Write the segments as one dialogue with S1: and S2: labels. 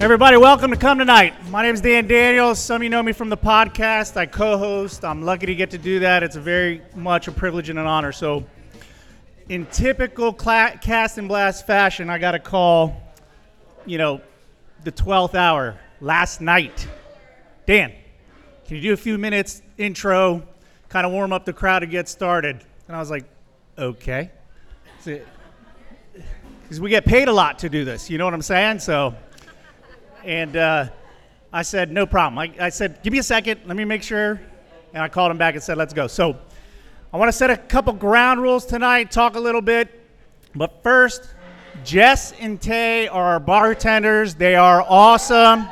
S1: Everybody, welcome to Come Tonight. My name is Dan Daniels. Some of you know me from the podcast. I co host. I'm lucky to get to do that. It's very much a privilege and an honor. So, in typical cla- cast and blast fashion, I got a call, you know, the 12th hour last night. Dan, can you do a few minutes intro, kind of warm up the crowd to get started? And I was like, okay. Because we get paid a lot to do this, you know what I'm saying? So, and uh, I said, no problem. I, I said, give me a second, let me make sure. And I called him back and said, let's go. So, I want to set a couple ground rules tonight, talk a little bit. But first, Jess and Tay are our bartenders. They are awesome.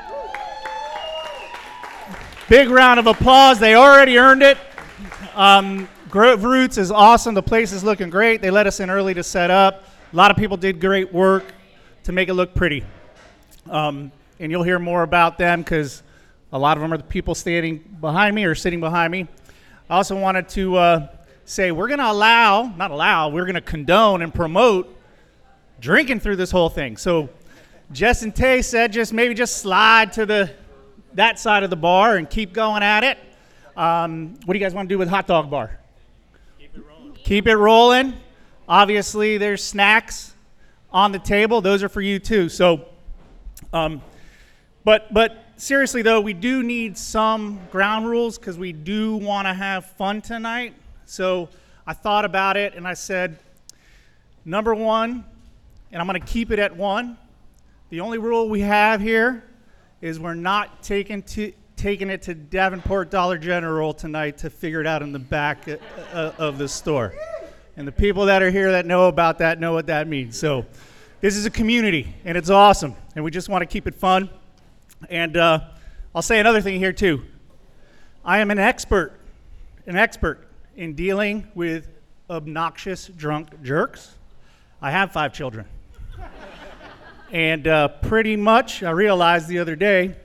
S1: Big round of applause. They already earned it. Um, Grove Roots is awesome. The place is looking great. They let us in early to set up. A lot of people did great work to make it look pretty. Um, and you'll hear more about them because a lot of them are the people standing behind me or sitting behind me. I also wanted to uh, say we're going to allow, not allow, we're going to condone and promote drinking through this whole thing. So Jess and Tay said just maybe just slide to the that side of the bar and keep going at it. Um, what do you guys want to do with hot dog bar? Keep it rolling. Keep it rolling. Obviously, there's snacks on the table. Those are for you too. So. Um, but but seriously though, we do need some ground rules because we do want to have fun tonight. So I thought about it and I said, number one, and I'm going to keep it at one. The only rule we have here is we're not taking to taking it to Davenport Dollar General tonight to figure it out in the back uh, uh, of the store. And the people that are here that know about that know what that means. So this is a community and it's awesome and we just want to keep it fun and uh, i'll say another thing here too i am an expert an expert in dealing with obnoxious drunk jerks i have five children and uh, pretty much i realized the other day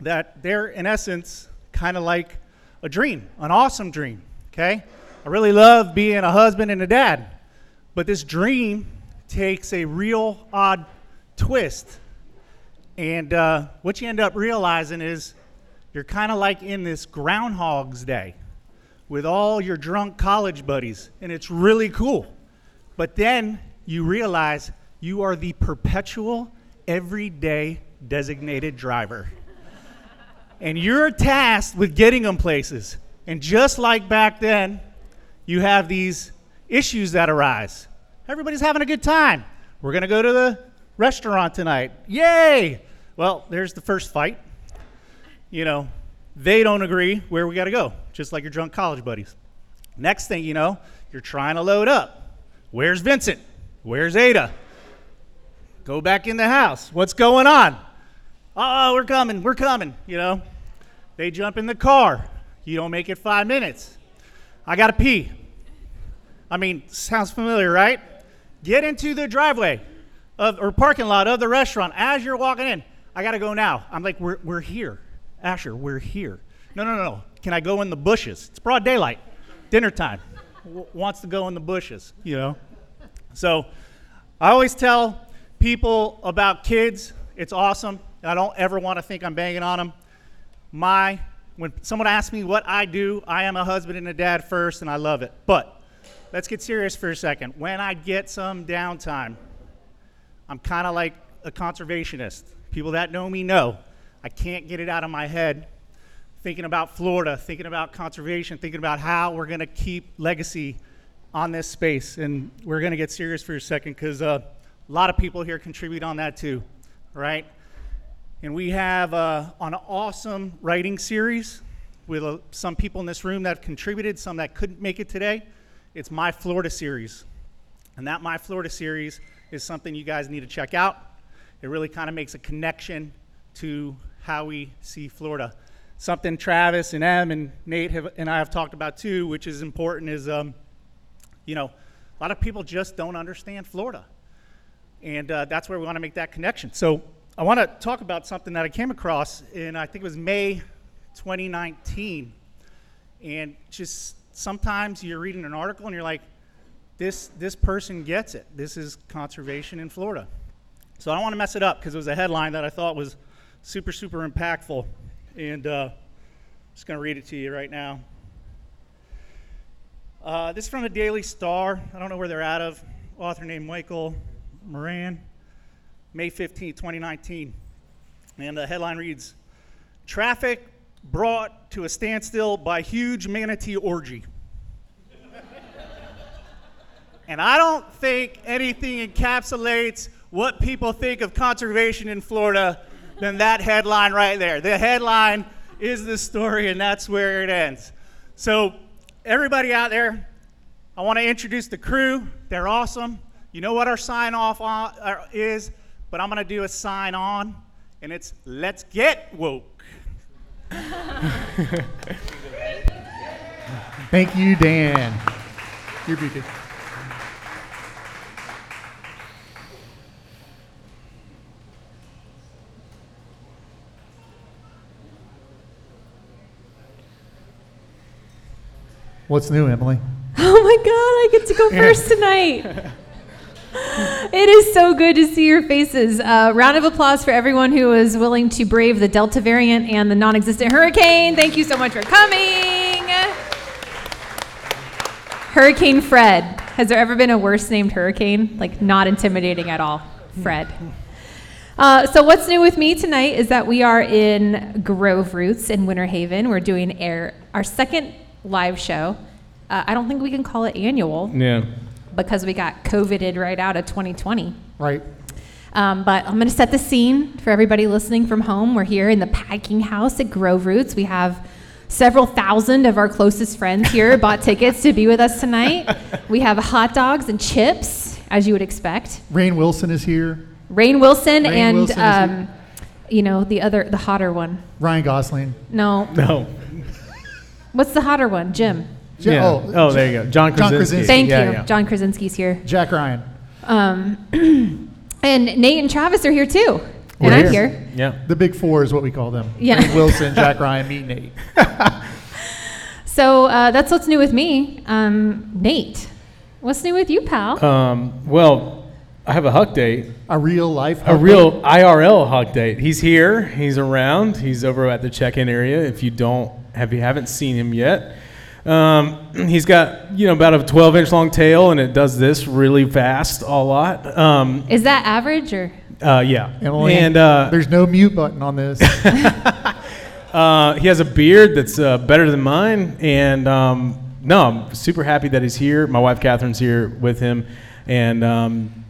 S1: that they're in essence kind of like a dream an awesome dream okay i really love being a husband and a dad but this dream takes a real odd twist. And uh, what you end up realizing is you're kind of like in this Groundhog's Day with all your drunk college buddies, and it's really cool. But then you realize you are the perpetual, everyday designated driver. and you're tasked with getting them places. And just like back then, you have these issues that arise. Everybody's having a good time. We're going to go to the restaurant tonight. Yay! Well, there's the first fight. You know, they don't agree where we got to go, just like your drunk college buddies. Next thing you know, you're trying to load up. Where's Vincent? Where's Ada? Go back in the house. What's going on? Oh, we're coming. We're coming. You know, they jump in the car. You don't make it five minutes. I got to pee. I mean, sounds familiar, right? Get into the driveway of, or parking lot of the restaurant as you're walking in. I got to go now. I'm like, we're, we're here. Asher, we're here. No, no, no, no. Can I go in the bushes? It's broad daylight. Dinner time. W- wants to go in the bushes, you know? So I always tell people about kids. It's awesome. I don't ever want to think I'm banging on them my when someone asks me what I do, I am a husband and a dad first, and I love it. But let's get serious for a second. When I get some downtime, I'm kind of like a conservationist. People that know me know I can't get it out of my head thinking about Florida, thinking about conservation, thinking about how we're going to keep legacy on this space. And we're going to get serious for a second because uh, a lot of people here contribute on that too, right? And we have uh, an awesome writing series with uh, some people in this room that have contributed, some that couldn't make it today. It's My Florida series. And that My Florida series is something you guys need to check out. It really kind of makes a connection to how we see Florida. Something Travis and Em and Nate have, and I have talked about too, which is important, is um, you know, a lot of people just don't understand Florida and uh, that's where we want to make that connection. So I want to talk about something that I came across in I think it was May 2019, and just sometimes you're reading an article and you're like, this this person gets it. This is conservation in Florida, So I don't want to mess it up because it was a headline that I thought was super, super impactful. And uh, just going to read it to you right now. Uh, this is from the Daily Star. I don't know where they're out of. Author named Michael Moran, May 15, 2019. And the headline reads Traffic brought to a standstill by huge manatee orgy. And I don't think anything encapsulates what people think of conservation in Florida than that headline right there. The headline is the story, and that's where it ends. So, everybody out there, I want to introduce the crew. They're awesome. You know what our sign off on, uh, is, but I'm going to do a sign on, and it's let's get woke.
S2: Thank you, Dan. You're beauty. What's new, Emily?
S3: Oh my God, I get to go first tonight. It is so good to see your faces. Uh, round of applause for everyone who was willing to brave the Delta variant and the non existent hurricane. Thank you so much for coming. Hurricane Fred. Has there ever been a worse named hurricane? Like, not intimidating at all. Fred. Uh, so what's new with me tonight is that we are in Grove Roots in Winter Haven. We're doing air, our second live show. Uh, I don't think we can call it annual
S4: Yeah.
S3: because we got COVIDed right out of 2020.
S2: Right.
S3: Um, but I'm going to set the scene for everybody listening from home. We're here in the packing house at Grove Roots. We have several thousand of our closest friends here bought tickets to be with us tonight. We have hot dogs and chips, as you would expect.
S2: Rain Wilson is here.
S3: Rain Wilson
S2: Rainn
S3: and
S2: Wilson is
S3: um, you know the other, the hotter one.
S2: Ryan Gosling.
S3: No,
S4: No.
S3: what's the hotter one? Jim.
S2: Ja-
S4: yeah.
S2: oh,
S4: Oh, there you go. John
S2: John
S4: Krasinski.
S2: Krasinski.
S3: Thank
S4: Yeah,
S3: you.
S4: yeah.
S3: John Krasinski's here.
S2: Jack Ryan.
S3: Um, and Nate and Travis are here too.
S2: We're
S3: and I'm
S2: here.
S3: here.
S4: Yeah.
S2: The big four is what we call them.
S3: Yeah.
S2: Rainn Wilson, Jack Ryan, me, Nate.
S3: So uh, that's what's new with me. Um, Nate, what's new with you,
S2: Uh,
S3: pal?
S4: Um, well, I have a hug date,
S2: A real life.
S4: a real IRL hug date. He's here. He's around. He's over at the check-in area. If you don't have you haven't seen him yet, um, he's got you know about a 12-inch long tail, and it does this really fast a lot. Um,
S3: Is that average or?
S4: uh, yeah.
S2: Emily,
S4: And uh,
S2: there's no mute button on this.
S4: Uh, he has a beard that's uh, better than mine, and um, no, I'm super happy that he's here. My wife Catherine's here with him, and um,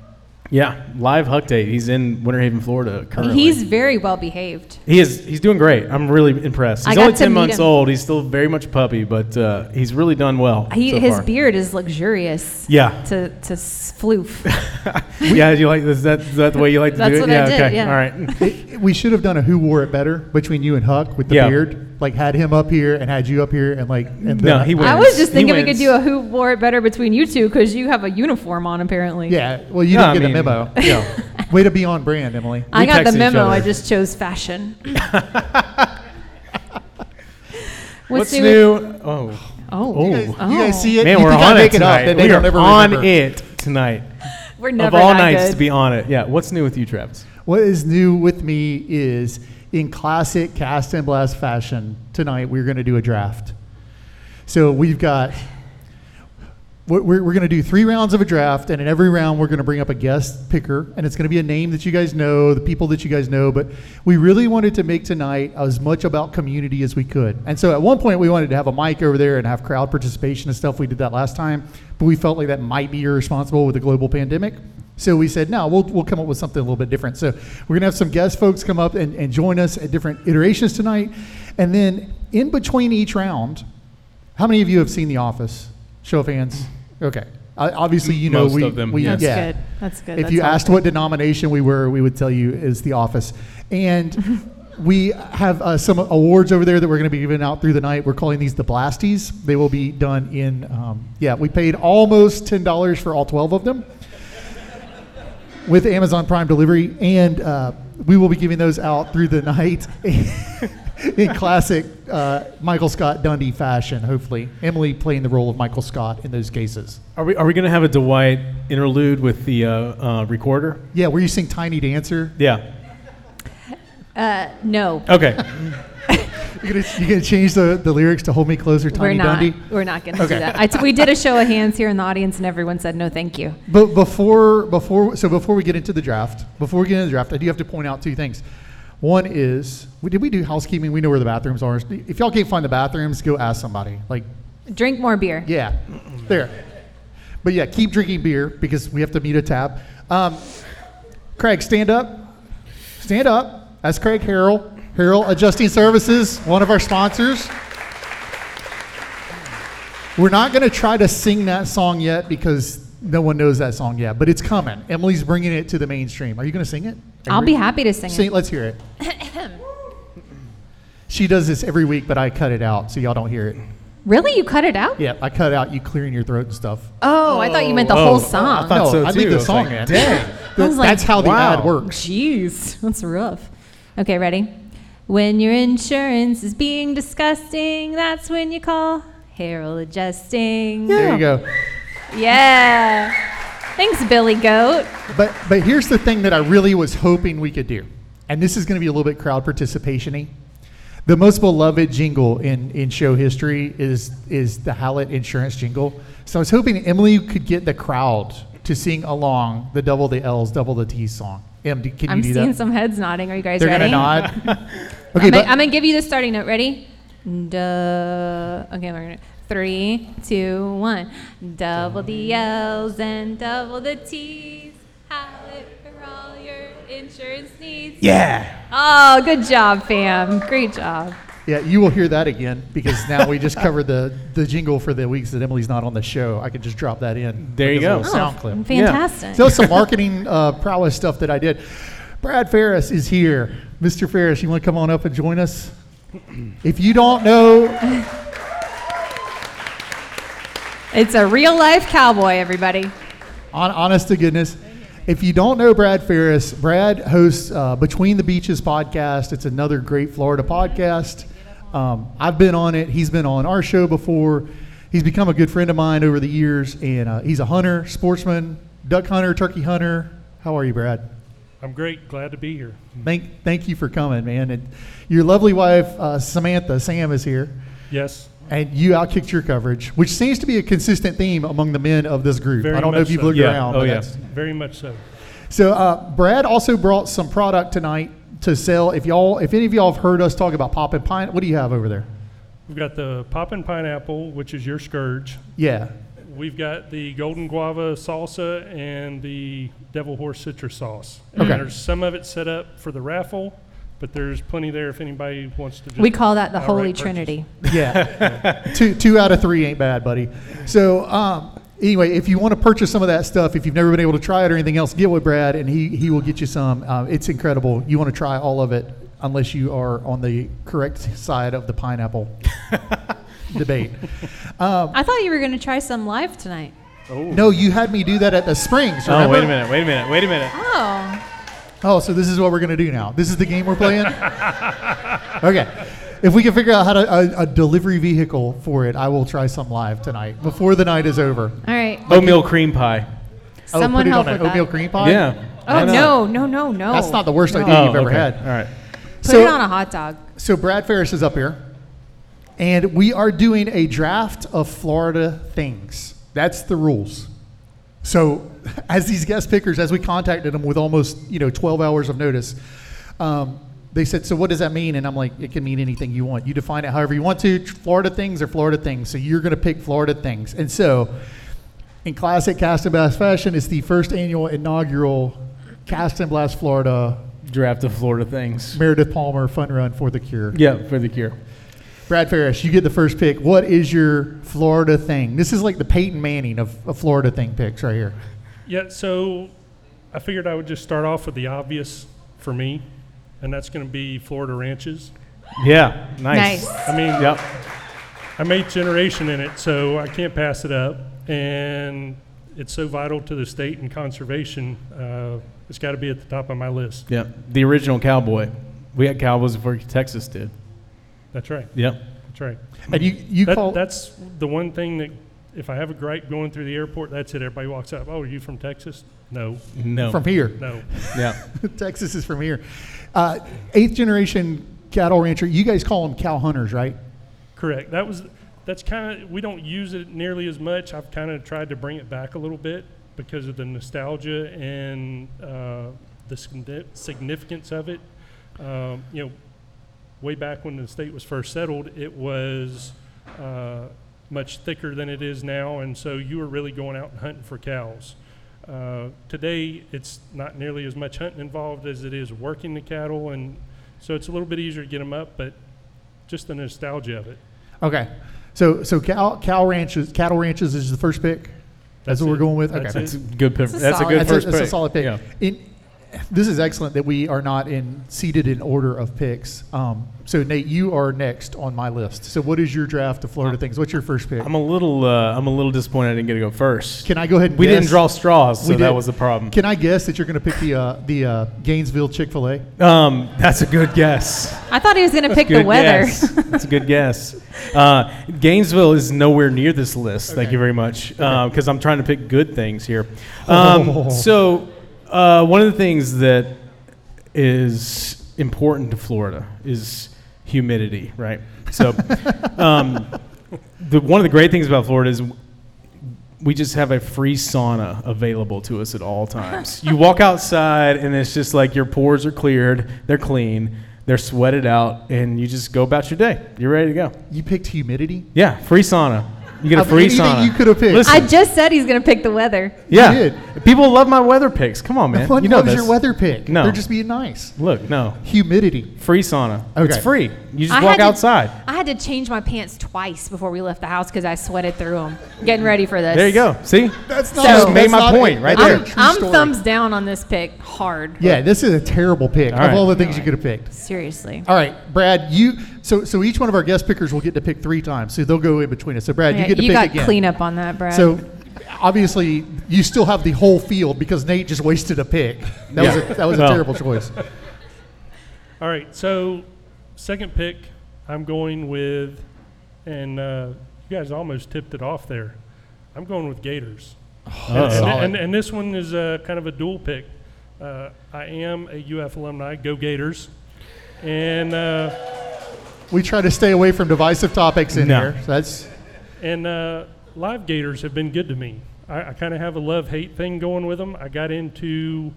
S4: yeah, live Huck Day. He's in Winter Haven, Florida currently.
S3: He's very well behaved.
S4: he is he's doing great. I'm really impressed.
S3: I
S4: He's
S3: got
S4: only
S3: to
S4: ten
S3: meet
S4: months
S3: him.
S4: old. He's still very much a puppy, but uh, he's really done well.
S3: He,
S4: so
S3: his
S4: far.
S3: beard is luxurious
S4: Yeah,
S3: to, to s- floof.
S4: yeah. You like is that, is that the way you like to
S3: That's
S4: do it?
S3: what I
S4: yeah.
S3: did,
S4: okay.
S3: yeah.
S4: All right.
S2: It- we should have done a who wore it better between you and Huck with the
S4: Yeah.
S2: beard. Like had him up here and had you up here and like and
S4: No,
S2: then-
S4: he wins.
S3: I was just
S4: He
S3: thinking we could
S4: wins.
S3: do a who wore it better between you two because you have a uniform on apparently.
S2: Yeah. Well, you
S4: No,
S2: didn't
S4: I
S2: get
S4: mean,
S2: a memo.
S4: Yeah.
S2: Way to be on brand, Emily.
S3: I
S4: We
S3: got the
S4: texted each
S3: memo.
S4: other.
S3: I just chose fashion.
S4: What's
S3: with-
S4: new? Oh.
S2: You
S3: Oh,
S4: Oh.
S2: guys, you guys see it?
S4: Man,
S2: you
S4: we're
S2: think I
S4: on it
S2: make it up,
S4: tonight.
S2: then they
S4: we
S2: don't
S4: are
S2: ever
S4: on
S2: remember.
S4: it tonight.
S3: we're never
S4: of all
S3: that
S4: nights
S3: good.
S4: to be on it. Yeah. What's new with you, Travis?
S2: What is new with me is in classic cast and blast fashion, tonight we're going to do a draft. So we've got, we're, we're going to do three rounds of a draft, and in every round we're going to bring up a guest picker, and it's going to be a name that you guys know, the people that you guys know, but we really wanted to make tonight as much about community as we could. And so at one point we wanted to have a mic over there and have crowd participation and stuff. We did that last time, but we felt like that might be irresponsible with the global pandemic. So we said, no, we'll, we'll come up with something a little bit different. So we're going to have some guest folks come up and, and join us at different iterations tonight. And then in between each round, how many of you have seen The Office? Show of hands. Okay. Uh, obviously, you know
S4: Most
S2: we.
S4: of them,
S2: we-
S4: yes.
S3: That's
S2: yeah.
S3: good. That's good.
S2: If
S3: That's
S2: you
S3: helpful.
S2: asked what denomination we were, we would tell you is The Office. And we have uh, some awards over there that we're going to be giving out through the night. We're calling these the Blasties. They will be done in, um, yeah, we paid almost $10 for all 12 of them with Amazon Prime delivery, and uh, we will be giving those out through the night. in classic uh, Michael Scott Dundee fashion, hopefully. Emily playing the role of Michael Scott in those cases.
S4: Are we are we gonna have a Dwight interlude with the uh, uh, recorder?
S2: Yeah, where you sing Tiny Dancer.
S4: Yeah.
S3: Uh, no,
S4: Okay.
S2: You're going to change the, the lyrics to Hold Me Closer, Tiny
S3: we're not.
S2: Dundee?
S3: We're not going to
S2: Okay.
S3: do that. I t- we did a show of hands here in the audience, and everyone said no, thank you.
S2: But before before so before we get into the draft, before we get into the draft, I do have to point out two things. One is, we, did we do housekeeping? We know where the bathrooms are. If y'all can't find the bathrooms, go ask somebody. Like,
S3: Drink more beer.
S2: yeah, there. But yeah, keep drinking beer because we have to meet a tab. Um, Craig, stand up. Stand up. That's Craig Harrell. Harrell Adjusting Services, one of our sponsors. We're not going to try to sing that song yet because no one knows that song yet, but it's coming. Emily's bringing it to the mainstream. Are you going to sing it? Are you
S3: I'll
S2: ready?
S3: be happy to sing,
S2: Sing,
S3: it.
S2: let's hear it. she does this every week, but I cut it out so y'all don't hear it.
S3: Really, you cut it out?
S2: Yeah, I cut out you clearing your throat and stuff.
S3: Oh, I thought you meant the
S4: Oh,
S3: whole
S4: oh,
S3: song.
S4: I thought
S2: no,
S4: so
S2: I
S4: too.
S2: leave
S4: I
S2: the
S4: was
S2: song
S4: like,
S2: in.
S4: dang.
S3: I was like,
S2: That's how the
S4: wow.
S2: ad works.
S3: Jeez, that's rough. Okay, ready? When your insurance is being disgusting, that's when you call Harold Adjusting.
S2: There you go.
S3: Yeah. Thanks, Billy Goat.
S2: But but here's the thing that I really was hoping we could do, and this is going to be a little bit crowd participation-y. The most beloved jingle in, in show history is is the Hallett Insurance jingle. So I was hoping Emily could get the crowd to sing along the double the L's, double the T's song. Em, do- can you
S3: I'm
S2: do
S3: seeing
S2: that?
S3: some heads nodding. Are you guys
S2: They're
S3: ready?
S2: gonna nod. okay,
S3: I'm,
S2: but
S3: gonna, I'm gonna give you the starting note. Ready? Duh. Okay, we're gonna three, two, one. Double the L's and double the T's. Hallett for all your insurance needs.
S4: Yeah.
S3: Oh, good job, fam. Great job.
S2: yeah, you will hear that again because now we just covered the the jingle for the weeks that Emily's not on the show. I could just drop that in.
S4: There you
S2: like as a
S4: go.
S2: little
S3: Oh,
S2: Sound clip.
S3: Fantastic.
S2: So some marketing uh, prowess stuff that I did. Brad Ferris is here. Mr. Ferris, you want to come on up and join us? If you don't know,
S3: it's a real life cowboy, everybody.
S2: Mm-hmm. on, honest to goodness, if you don't know Brad Ferris, Brad hosts uh, Between the Beaches podcast. It's another great Florida podcast. Um, I've been on it. He's been on our show before. He's become a good friend of mine over the years, and uh, he's a hunter, sportsman, duck hunter, turkey hunter. How are you, Brad?
S5: I'm great. Glad to be here.
S2: Thank, thank you for coming, man. And your lovely wife, uh, Samantha Sam, is here,
S5: Yes.
S2: and you outkicked your coverage, which seems to be a consistent theme among the men of this group.
S5: Very
S2: I don't know
S5: much
S2: if you've
S5: so.
S2: looked
S4: Yeah.
S2: around.
S4: Oh,
S2: but
S4: yeah.
S2: that's-
S5: Very much so.
S2: So uh, Brad also brought some product tonight to sell. If y'all, if any of y'all have heard us talk about pop and pine, what do you have over there?
S5: We've got the poppin' pineapple, which is your scourge.
S2: Yeah,
S5: We've got the golden guava salsa and the devil horse citrus sauce. And
S2: Okay.
S5: there's some of it set up for the raffle, but there's plenty there if anybody wants to just
S3: We call that the Holy
S5: outright purchase.
S3: Trinity.
S2: Yeah. two two out of three ain't bad, buddy. So um, anyway, if you want to purchase some of that stuff, if you've never been able to try it or anything else, get with Brad and he he will get you some. Uh, it's incredible. You want to try all of it unless you are on the correct side of the pineapple debate.
S3: I thought you were gonna try some live tonight.
S2: No, you had me do that at the Springs.
S4: Oh,
S2: remember?
S4: wait a minute. Wait a minute. Wait a minute.
S3: Oh,
S2: Oh, so this is what we're going to do now. This is the game we're playing? okay. If we can figure out how to a, a delivery vehicle for it, I will try some live tonight before the night is over.
S3: all right.
S4: Oatmeal cream pie.
S2: Oh,
S3: Someone
S2: put it
S3: help
S2: on
S3: with
S2: an oatmeal
S3: that.
S2: cream pie.
S4: Yeah.
S3: Oh no, no, no, no.
S2: That's not the worst
S3: No.
S2: idea
S4: Oh,
S2: you've ever
S4: okay.
S2: had.
S4: All right.
S3: Put
S2: So-
S3: it on a hot dog.
S2: So Brad Ferris is up here, and we are doing a draft of Florida things. That's the rules. So, as these guest pickers, as we contacted them with almost you know 12 hours of notice, um, they said, "So what does that mean?" And I'm like, "It can mean anything you want. You define it however you want to. Florida things are Florida things. So you're going to pick Florida things." And so, in classic Cast and Blast fashion, it's the first annual inaugural Cast and Blast Florida
S4: Draft of Florida things.
S2: Meredith Palmer Fun Run for the Cure.
S4: Yeah, for the cure.
S2: Brad Ferris, you get the first pick. What is your Florida thing? This is like the Peyton Manning of, of Florida thing picks right here.
S5: Yeah, so I figured I would just start off with the obvious for me, and that's going to be Florida ranches.
S4: Yeah. Nice.
S3: Nice.
S5: I mean,
S4: Yep.
S5: I'm eighth generation in it, so I can't pass it up. And it's so vital to the state and conservation. Uh, it's got to be at the top of my list.
S4: Yep. The original cowboy. We had cowboys before Texas did.
S5: That's right.
S4: Yep.
S5: That's right.
S2: And you, you
S5: That-
S2: call
S5: that's the one thing that if I have a gripe going through the airport, that's it. Everybody walks up. Oh, are you from Texas? No,
S4: No.
S2: from here.
S5: no.
S4: yeah.
S2: Texas is from here. Uh, eighth generation cattle rancher. You guys call them cow hunters, right?
S5: Correct. That was, that's kind of, we don't use it nearly as much. I've kind of tried to bring it back a little bit because of the nostalgia and uh, the signi- significance of it. Um, you know, way back when the state was first settled, it was uh, much thicker than it is now, and so you were really going out and hunting for cows. Uh, today, it's not nearly as much hunting involved as it is working the cattle, and so it's a little bit easier to get them up, but just the nostalgia of it.
S2: Okay. So so cow cow ranches cattle ranches is the first pick. That's,
S5: That's
S2: what we're
S5: it.
S2: going with.
S5: That's
S2: okay.
S5: it.
S4: That's a good. That's
S3: a
S4: a, that's a
S3: solid-
S4: good
S2: That's,
S4: first
S2: a, that's
S4: pick.
S2: a solid pick.
S4: Yeah.
S2: It- this is excellent that we are not in seated in order of picks. Um, so Nate, you are next on my list. So what is your draft of Florida things? What's your first pick?
S4: Uh, I'm a little. Uh, I'm a little disappointed. I didn't get to go first.
S2: Can I go ahead? and
S4: we
S2: guess?
S4: didn't draw straws, so
S2: We
S4: that
S2: did.
S4: was the problem.
S2: Can I guess that you're going to pick the uh, the uh, Gainesville Chick Fil A?
S4: Um, that's a good guess.
S3: I thought he was going to pick the
S4: Good
S3: weather.
S4: guess. That's a good guess. Uh, Gainesville is nowhere near this list. Thank you very much. Because I'm trying to pick good things here.
S2: Oh.
S4: Um, So, uh, one of the things that is important to Florida is humidity, right? So, um, the, one of the great things about Florida is we just have a free sauna available to us at all times. you walk outside and it's just like your pores are cleared, they're clean, they're sweated out, and you just go about your day. You're ready to go.
S2: You picked humidity.
S4: Yeah, free sauna. You get a
S2: Of
S4: free
S2: anything
S4: sauna.
S2: you could have picked.
S4: Listen,
S3: I just said he's going to pick the weather.
S4: yeah,
S2: you
S4: people love my weather picks. Come on, man.
S2: what
S4: you know
S2: what was
S4: this.
S2: your weather pick?
S4: No.
S2: They're just being nice.
S4: Look, no,
S2: Humidity.
S4: free sauna. It's
S2: Okay.
S4: free. You just
S3: I
S4: walk
S3: had to-
S4: outside.
S3: I had to change my pants twice before we left the house because I sweated through them. Getting ready for this.
S4: There you go. See,
S2: That's
S3: not- Just
S4: made my point right
S3: I'm,
S4: there.
S3: I'm thumbs down on this pick hard.
S2: Yeah, this is a terrible pick
S4: All
S2: of
S4: right.
S2: all the things you could have picked.
S3: Seriously.
S2: All right, Brad, you so so each one of our guest pickers will get to pick three times. So they'll go in between us. So Brad,
S3: Yeah,
S2: you get to pick
S3: got
S2: again.
S3: cleanup on that, Brad.
S2: So obviously you still have the whole field because Nate just wasted a pick. That was a, that was a
S4: Well.
S2: terrible choice.
S5: All right, so second pick, I'm going with, and uh, you guys almost tipped it off there. I'm going with Gators. And,
S4: Uh-oh.
S5: and, and, and this one is uh, kind of a dual pick. Uh, I am a UF alumni, go Gators. And, uh,
S2: We try to stay away from divisive topics in
S4: No.
S2: here. So that's
S5: and uh, live Gators have been good to me. I, I kind of have a love hate thing going with them. I got into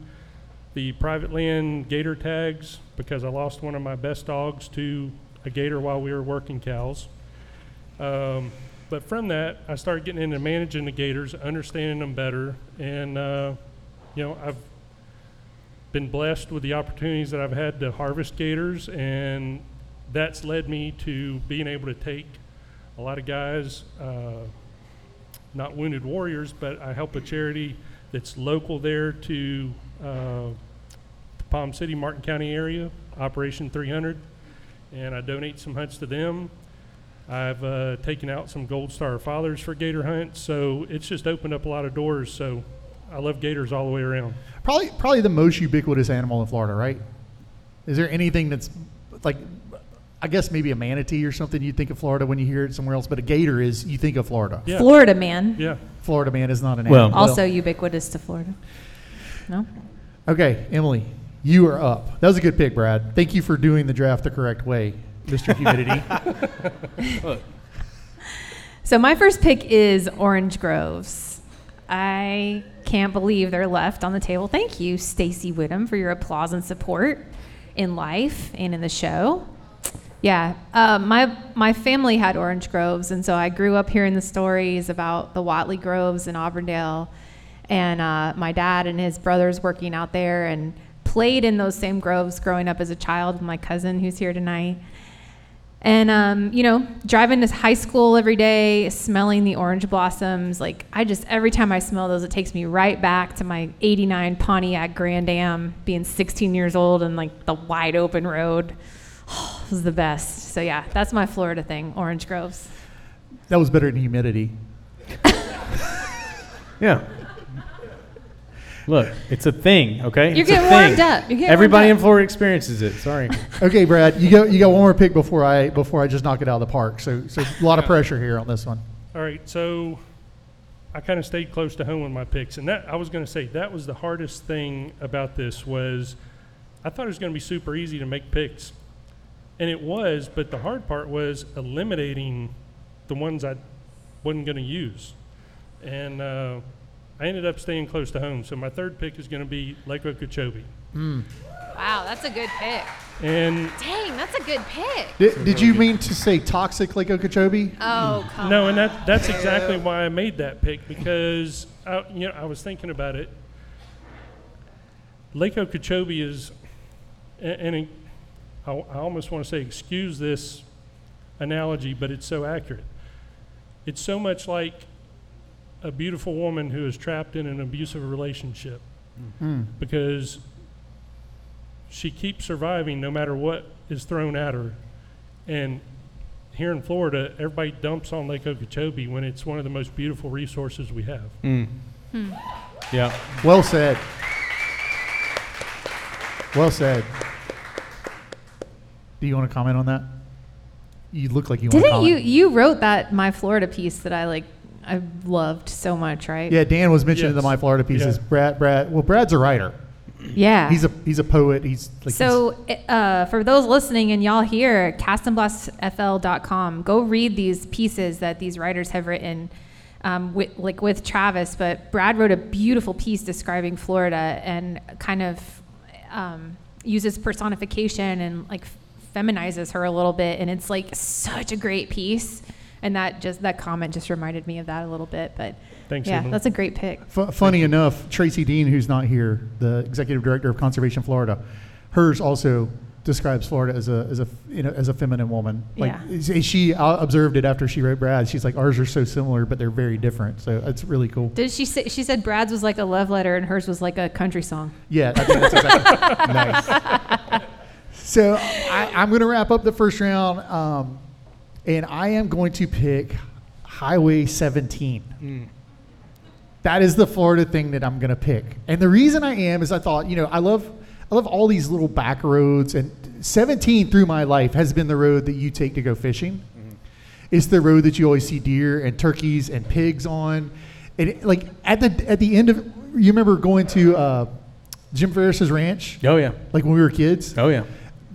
S5: the private land gator tags because I lost one of my best dogs to a gator while we were working cows. Um, but from that, I started getting into managing the gators, understanding them better, and uh, you know I've been blessed with the opportunities that I've had to harvest gators, and that's led me to being able to take a lot of guys, uh, not wounded warriors, but I help a charity that's local there to uh, the Palm City, Martin County area, Operation 300, and I donate some hunts to them. I've uh, taken out some Gold Star fathers for gator hunts, so it's just opened up a lot of doors. So I love gators all the way around.
S2: probably probably the most ubiquitous animal in Florida, right? Is there anything that's like I guess maybe a manatee or something you think of Florida when you hear it somewhere else, but a gator is you think of Florida.
S5: Yeah.
S3: Florida man.
S5: Yeah.
S2: Florida man is not an
S4: Well-
S2: animal.
S3: Also ubiquitous to Florida. No?
S2: Okay, Emily, you are up. That was a good pick, Brad. Thank you for doing the draft the correct way, Mr. Humidity.
S3: So my first pick is Orange Groves. I can't believe they're left on the table. Thank you, Stacy Whittem, for your applause and support in life and in the show. Yeah, uh, my my family had orange groves, and so I grew up hearing the stories about the Watley groves in Auburndale, and uh, my dad and his brothers working out there, and played in those same groves growing up as a child. with My cousin, who's here tonight, and um, you know, driving to high school every day, smelling the orange blossoms, like I just every time I smell those, it takes me right back to my '89 Pontiac Grand Am, being 16 years old and like the wide open road. it was the best. So yeah, that's my Florida thing, orange groves.
S2: that was better than humidity.
S4: yeah. Look, it's a thing, okay?
S3: You're
S4: It's a
S3: getting
S4: thing.
S3: warmed up. You're getting
S4: Everybody
S3: warmed
S4: in Florida experiences it. Sorry.
S2: Okay, Brad, you go. You got one more pick before I before I just knock it out of the park. So, so a lot of pressure here on this one.
S5: All right, so I kind of stayed close to home with my picks, and that I was going to say that was the hardest thing about this was I thought it was going to be super easy to make picks, and it was, but the hard part was eliminating the ones I wasn't going to use, and uh, I ended up staying close to home. So my third pick is going to be Lake Okeechobee,
S3: Wow, that's a good pick.
S5: and
S3: Dang, that's a good pick.
S2: Did, did you mean to say toxic like Okeechobee?
S3: Oh, come
S5: No, and that, that's exactly why I made that pick because I, you know I was thinking about it. Lake Okeechobee is, a- and it- I, I almost want to say excuse this analogy, but it's so accurate. It's so much like a beautiful woman who is trapped in an abusive relationship because she keeps surviving no matter what is thrown at her, and here in Florida, everybody dumps on Lake Okeechobee when it's one of the most beautiful resources we have.
S4: Mm. yeah.
S2: Well said. Well said. Do you want to comment on that? You look like you want to
S3: Didn't you
S2: comment.
S3: you wrote that my Florida piece that I like I loved so much, right?
S2: Yeah, Dan was mentioning the
S5: Yes.
S2: My Florida pieces.
S5: Yeah.
S2: Brad, Brad. Well, Brad's a writer.
S3: Yeah.
S2: He's a he's a poet. He's like he's-
S3: so uh, for those listening and y'all here, castandblastfl.com, go read these pieces that these writers have written. Um, with, like with Travis, but Brad wrote a beautiful piece describing Florida and kind of um, uses personification and like feminizes her a little bit, and it's like such a great piece. And that just that comment just reminded me of that a little bit. But
S5: Thanks,
S3: yeah,
S5: Emily.
S3: that's a great pick.
S2: Fu- funny enough, Tracy Dean, who's not here, the executive director of Conservation Florida, hers also describes Florida as a as a you know as a feminine woman. Like
S3: Yeah.
S2: s- she uh, observed it after she wrote Brad. She's like ours are so similar, but they're very different. So it's really cool.
S3: Did she say she said Brad's was like a love letter and hers was like a country song?
S2: Yeah, I think that's exactly nice. So I, I'm going to wrap up the first round, um, and I am going to pick Highway 17. That is the Florida thing that I'm going to pick, and the reason I am is I thought, you know, I love, I love all these little back roads, and 17 through my life has been the road that you take to go fishing. It's the road that you always see deer and turkeys and pigs on. And it, like at the at the end of, you remember going to uh, Jim Ferris's ranch,
S4: Oh, yeah.
S2: like when we were kids.
S4: Oh, yeah.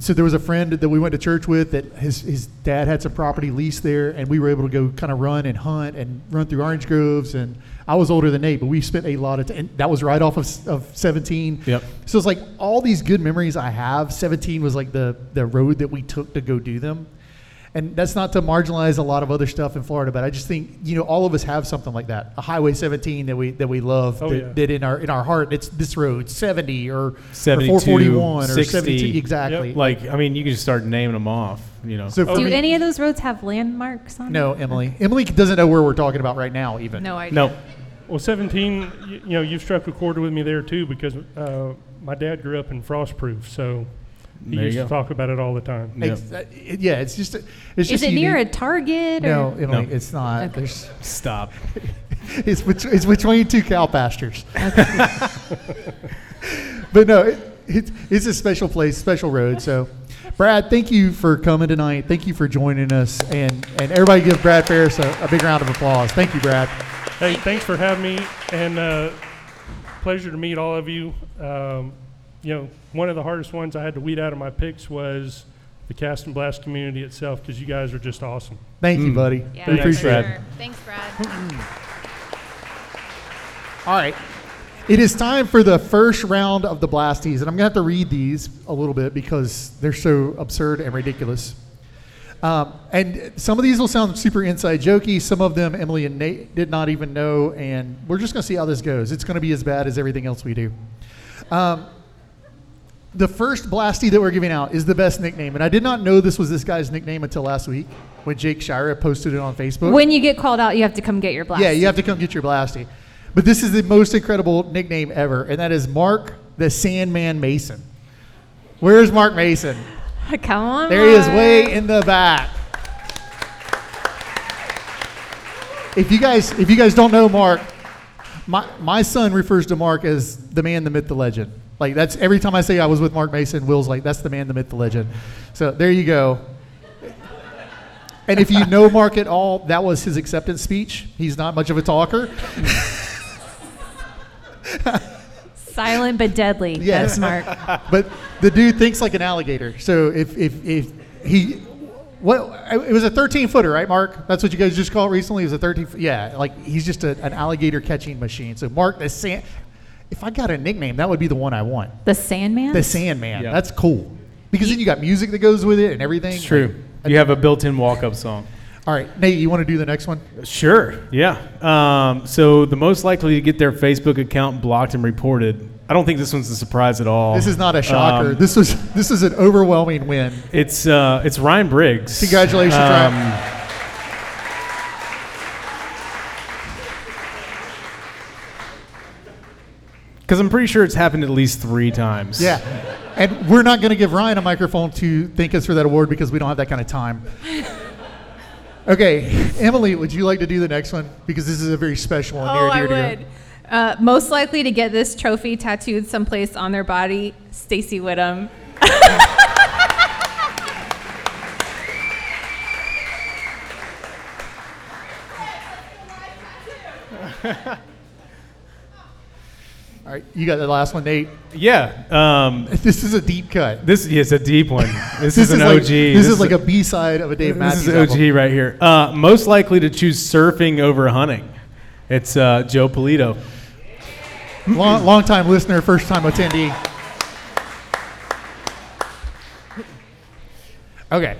S2: So there was a friend that we went to church with that his his dad had some property leased there, and we were able to go kind of run and hunt and run through orange groves. And I was older than Nate, but we spent a lot of time. That was right off of, of 17.
S4: Yep.
S2: So it's like all these good memories I have. 17 was like the the road that we took to go do them. And that's not to marginalize a lot of other stuff in Florida, but I just think you know all of us have something like that, a Highway 17 that we that we love,
S5: Oh,
S2: that,
S5: yeah.
S2: that in our in our heart it's this road 70 or, or
S4: 72,
S2: 441 or
S4: 60.
S2: 72 exactly.
S4: Like, I mean, you can just start naming them off, you know.
S2: So for
S3: Oh, Do
S2: me,
S3: any of those roads have landmarks on?
S2: no, Emily. Emily doesn't know where we're talking about right now, even.
S3: them? no idea.
S4: no.
S5: Well, 17, y- you, know, you've struck a chord with me there too because uh, my dad grew up in Frostproof, so he
S4: There you
S5: used
S4: go.
S5: to talk about it all the time.
S4: Yeah.
S2: It's, uh, it- yeah, it's just. It's
S3: Is
S2: just
S3: it near a
S2: unique.
S3: Target? Or?
S2: No, Emily,
S4: No.
S2: it's not.
S3: Okay.
S2: There's,
S4: Stop.
S2: it's, between, it's between two cow pastures. but no, it, it, it's a special place, special road. So, Brad, thank you for coming tonight. Thank you for joining us. And, and everybody give Brad Ferris a, a big round of applause. Thank you, Brad.
S5: Hey, thanks for having me, and uh, pleasure to meet all of you. Um, you know, one of the hardest ones I had to weed out of my picks was the Cast and Blast community itself because you guys are just awesome.
S2: Thank you,
S4: Mm.
S2: buddy.
S3: Yeah,
S2: We
S4: Thanks,
S2: appreciate it.
S4: Brad.
S3: Thanks, Brad.
S2: All right. It is time for the first round of the Blasties, and I'm going to have to read these a little bit because they're so absurd and ridiculous. Um, and some of these will sound super inside jokey. Some of them Emily and Nate did not even know, and we're just going to see how this goes. It's going to be as bad as everything else we do. Um, the first Blastie that we're giving out is the best nickname, and I did not know this was this guy's nickname until last week when Jake Shira posted it on Facebook.
S3: when you get called out, you have to come get your blast.
S2: Yeah, you have to come get your blasty. But this is the most incredible nickname ever, and that is Mark the Sandman Mason. Where's Mark Mason?
S3: come on.
S2: There he is,
S3: Mark.
S2: way in the back. If you guys, if you guys don't know Mark, My, my son refers to Mark as the man, the myth, the legend. Like that's every time I say I was with Mark Mason, Will's like, that's the man, the myth, the legend. So there you go. And if you know Mark at all, that was his acceptance speech. He's not much of a talker.
S3: Silent but deadly.
S2: Yes.
S3: That's Mark.
S2: but the dude thinks like an alligator. So if if, if he what it was a 13 footer, right, Mark? That's what you guys just called recently. It was a 13. foot- Yeah, like he's just a, an alligator catching machine. So Mark the sand. If I got a nickname, that would be the one I want.
S3: The Sandman?
S2: The Sandman.
S4: Yeah.
S2: That's cool because then you got music that goes with it and everything.
S4: It's true. You have a built-in walk-up song.
S2: All right, Nate, you want to do the next one?
S4: Sure. Yeah. Um, so the most likely to get their Facebook account blocked and reported. I don't think this one's a surprise at all.
S2: This is not a shocker.
S4: Um,
S2: this was this is an overwhelming win.
S4: it's uh, it's Ryan Briggs. Um,
S2: Congratulations, Ryan.
S4: Because I'm pretty sure it's happened at least three times.
S2: Yeah. And we're not going to give Ryan a microphone to thank us for that award because we don't have that kind of time. Okay, Emily, would you like to do the next one? Because this is a very special one. near
S3: Oh,
S2: and
S3: I
S2: dear to your-
S3: would. Uh, most likely to get this trophy tattooed someplace on their body, Stacy Whittem.
S2: All right, you got the last one, Nate.
S4: Yeah. Um,
S2: This is a deep cut.
S4: this is a deep one. This, is, an
S2: like,
S4: OG.
S2: This, is, like a B side of a Dave
S4: This
S2: Matthews
S4: is
S2: album.
S4: OG right here. Uh, most likely to choose surfing over hunting. It's uh, Joe Polito.
S2: Long, long time listener, first time attendee. Okay.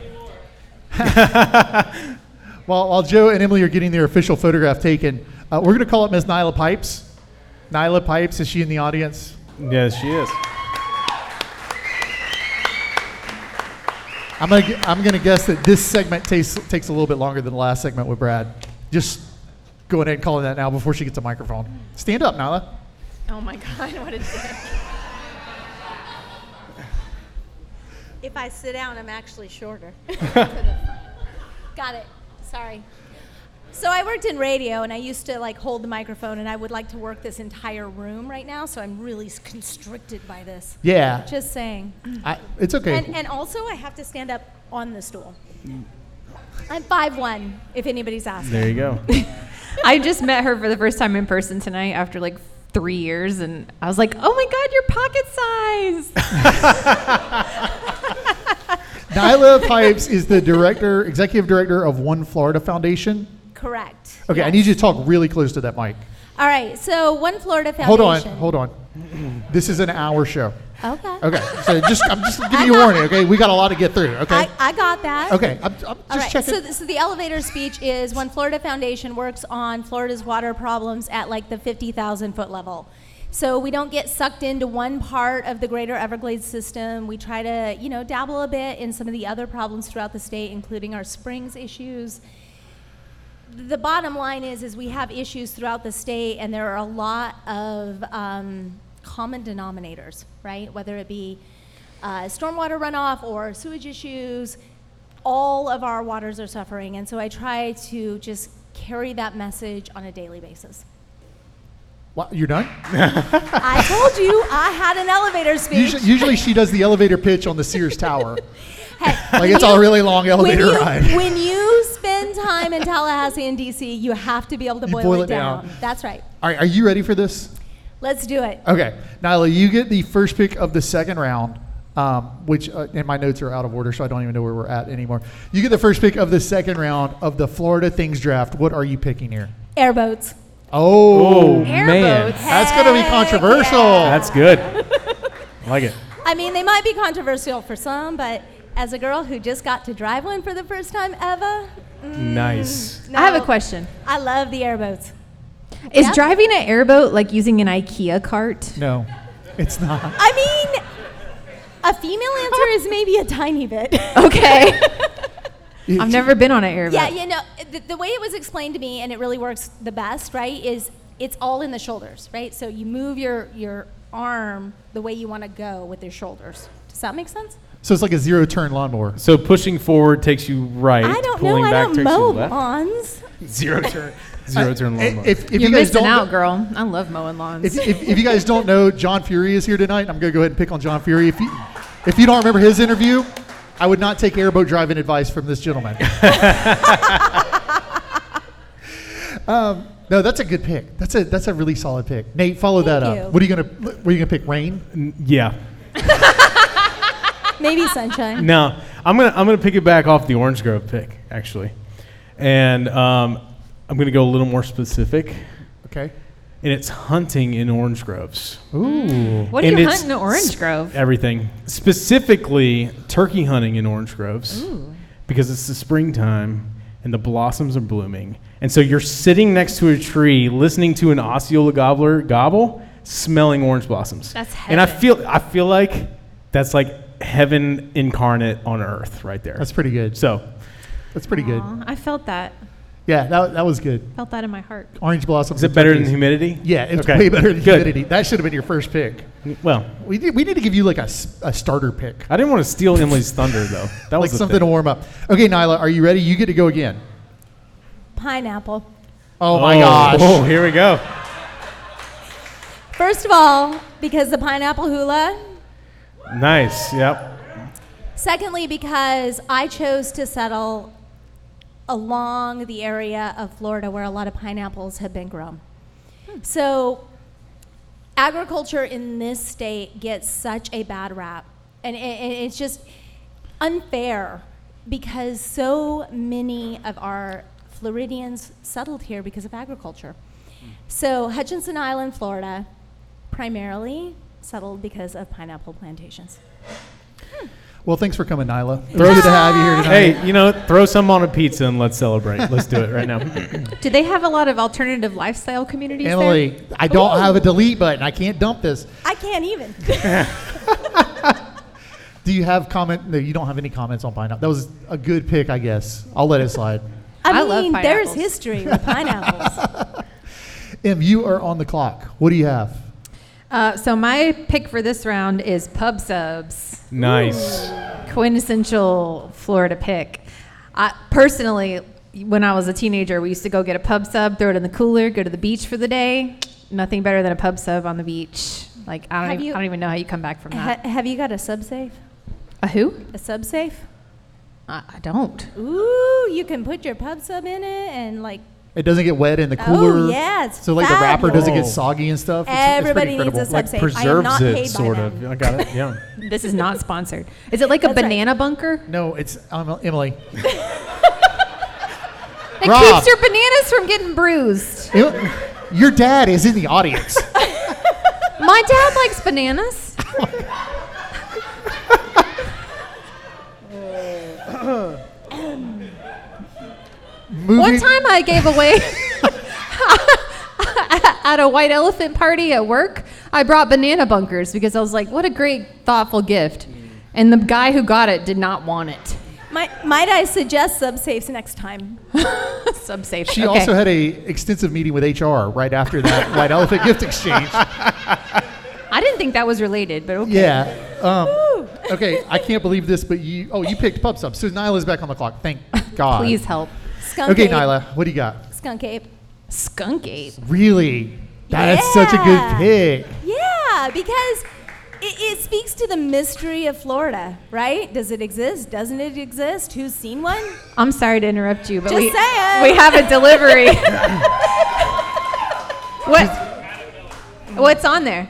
S2: while, while Joe and Emily are getting their official photograph taken, uh, we're going to call up Miss Nyla Pipes. Nyla Pipes, is she in the audience?
S4: Yes, she is.
S2: I'm going to I'm going to guess that this segment takes takes a little bit longer than the last segment with Brad. Just go ahead and call it that now before she gets a microphone. Stand up, Nyla.
S6: Oh my God, what a dick. if I sit down, I'm actually shorter. Got it. Sorry. So I worked in radio and I used to like hold the microphone and I would like to work this entire room right now, so I'm really s- constricted by this.
S2: Yeah.
S6: Just saying.
S2: I, it's okay.
S6: And, and also, I have to stand up on the stool. I'm 5'1, if anybody's asking.
S4: There you go.
S3: I just met her for the first time in person tonight after like three years, and I was like, oh my God, you're pocket size.
S2: Nyla Pipes is the director, executive director of One Florida Foundation.
S6: Correct.
S2: Okay, I need you to talk really close to that mic.
S6: All right, so One Florida
S2: Hold on,
S6: Foundation.
S2: hold on. This is an hour show.
S6: on. Okay.
S2: Okay, so just I'm just giving you a warning. Okay, we got a lot to get through. Okay,
S6: I, I got that.
S2: okay, I'm, I'm just
S6: All right.
S2: checking.
S6: So, th- so the elevator speech is when Florida Foundation works on Florida's water problems at like the 50,000 foot level. So we don't get sucked into one part of the greater Everglades system. We try to, you know, dabble a bit in some of the other problems throughout the state, including our springs issues the bottom line is is we have issues throughout the state and there are a lot of um, common denominators right whether it be uh, stormwater runoff or sewage issues all of our waters are suffering and so i try to just carry that message on a daily basis
S2: What, you're done.
S6: i told you i had an elevator speech
S2: Usually, usually she does the elevator pitch on the Sears Tower.
S6: Hey,
S2: Like it's a really long
S6: when
S2: elevator
S6: you,
S2: ride.
S6: when you spend time in tallahassee and dc you have to be able to
S2: You
S6: boil,
S2: boil it
S6: it down.
S2: down.
S6: that's right
S2: All right, are you ready for this?
S6: let's do it
S2: Okay, Nyla, you get the first pick of the second round, um, which, uh, and my notes are out of order, so I don't even know where we're at anymore. You get the first pick of the second round of the Florida Things draft. What are you picking here?
S6: airboats
S2: Oh,
S4: man,
S3: Airboats.
S2: that's going to be
S6: Heck
S2: controversial.
S4: that's good. I like it.
S6: I mean, they might be controversial for some, but as a girl who just got to drive one for the first time ever,
S4: Nice.
S6: no.
S3: I have a question.
S6: I love the airboats.
S3: Is
S6: Yeah.
S3: driving an airboat like using an IKEA cart?
S2: No, it's not.
S6: I mean, a female answer is maybe a tiny bit.
S3: Okay. I've
S2: It's-
S3: never been on an airboat.
S6: yeah, you know, the, the way it was explained to me, and it really works the best, right, is it's all in the shoulders, right? So you move your, your arm the way you want to go with your shoulders. Does that make sense?
S2: So it's like a zero turn lawnmower.
S4: So pushing forward takes you right.
S6: I don't know.
S4: pulling
S6: I
S4: back
S6: don't
S4: takes you
S6: mow
S4: left.
S6: lawns.
S4: Zero turn, zero turn lawn. mower.
S2: If, if
S3: You're
S2: you guys
S3: missing
S2: don't,
S3: out, girl. I love mowing lawns.
S2: If, if, if you guys don't know, John Fury is here tonight. and I'm going to go ahead and pick on John Fury. If you, if you don't remember his interview, I would not take airboat driving advice from this gentleman. um, Um, no, that's a good pick. That's a that's a really solid pick. Nate, follow that
S6: Thank
S2: up.
S6: you.
S2: What are you gonna What are you gonna pick? Rain.
S4: yeah.
S6: Maybe sunshine.
S4: No, I'm gonna I'm gonna pick it back off the Orange Grove pick actually, and um, I'm gonna go a little more specific,
S2: Okay.
S4: and it's hunting in orange groves.
S2: Ooh.
S3: what are
S4: and
S3: you
S4: it's
S3: hunting in Orange Grove?
S4: Everything specifically turkey hunting in orange groves because it's the springtime and the blossoms are blooming, and so you're sitting next to a tree listening to an Osceola gobbler gobble, smelling orange blossoms.
S3: That's
S4: And I
S3: heaven.
S4: feel I feel like that's like heaven incarnate on earth right there.
S2: That's pretty good.
S4: so
S2: That's pretty good.
S3: Aw, I felt that.
S2: Yeah, that, that was good.
S3: Felt that in my heart.
S2: Orange blossom.
S4: Is it better than humidity?
S2: Yeah, it's
S4: Okay.
S2: way better than
S4: Good.
S2: humidity. That should have been your first pick.
S4: Well,
S2: We need, we need to give you like a, s- a starter pick.
S4: I didn't want to steal Emily's thunder though. That
S2: like
S4: was the
S2: something to
S4: thing.
S2: warm up. Okay, Nyla, are you ready? You get to go again.
S6: Pineapple.
S2: Oh my gosh.
S4: Oh, here we go.
S6: First of all, because the pineapple hula.
S4: Nice. Yep.
S6: Secondly, because I chose to settle along the area of Florida where a lot of pineapples have been grown. So, agriculture in this state gets such a bad rap, and it, it- it's just unfair because so many of our Floridians settled here because of agriculture. So, Hutchinson Island, Florida, primarily settled because of pineapple plantations.
S2: Well, thanks for coming, Nyla. It's good to have you here tonight.
S4: Hey, you know, throw some on a pizza and let's celebrate. Let's do it right now.
S3: Do they have a lot of alternative lifestyle communities
S2: Emily,
S3: there?
S2: I don't
S6: Ooh.
S2: have a delete button. I can't dump this.
S6: I can't even.
S2: Do you have comment? No, you don't have any comments on pineapple. That was a good pick, I guess. I'll let it slide.
S6: I,
S3: I love
S6: mean, there's
S3: pineapples.
S6: history with pineapples.
S2: Em, you are on the clock. What do you have?
S3: Uh, so my pick for this round is pub subs.
S4: nice.
S3: quintessential Florida pick. I, personally, when I was a teenager, we used to go get a pub sub, throw it in the cooler, go to the beach for the day. Nothing better than a pub sub on the beach. Like I don't,
S6: Have
S3: even,
S6: you-
S3: I don't even know how you come back from
S6: ha-
S3: that.
S6: have you got a sub safe?
S3: A who?
S6: A sub safe?
S3: I, I don't.
S6: Ooh, you can put your pub sub in it and like
S2: It doesn't get wet in the
S6: Oh,
S2: cooler.
S6: yeah, it's
S2: so like the wrapper doesn't get
S4: fabulous.
S2: soggy and stuff. It's- it's pretty
S6: everybody needs a
S2: incredible.
S6: sub
S4: Like
S6: safe. I
S4: preserves
S6: am not
S4: it,
S6: paid
S4: sort
S6: by
S4: of.
S6: them.
S4: I got it. Yeah.
S3: This is not sponsored. Is it like a
S6: That's right.
S3: banana bunker?
S2: No, it's um, Emily.
S3: It
S2: Rob.
S3: keeps your bananas from getting bruised.
S2: Em- Your dad is in the audience.
S3: My dad likes bananas. One
S2: Moving-
S3: time I gave away at a white elephant party at work, I brought banana bunkers because I was like, what a great, thoughtful gift. And the guy who got it did not want it.
S6: Might, might I suggest sub safes next time?
S3: Sub safe.
S2: She
S3: okay.
S2: also had a extensive meeting with HR right after that white elephant gift exchange.
S3: I didn't think that was related, but okay.
S2: Yeah. Um, okay, I can't believe this, but you. Oh, you picked pub sub. So Nyla's back on the clock. Thank God.
S3: Please help.
S6: Skunk
S2: Okay,
S6: ape.
S2: Nyla, what do you got?
S6: Skunk ape.
S3: Skunk ape.
S2: Really? That's such a good
S6: Yeah.
S2: pick.
S6: Yeah, because it, it speaks to the mystery of Florida, right? Does it exist? Doesn't it exist? Who's seen one?
S3: I'm sorry to interrupt you, but
S6: Just
S3: we,
S6: saying.
S3: we have a delivery. what? What's on there?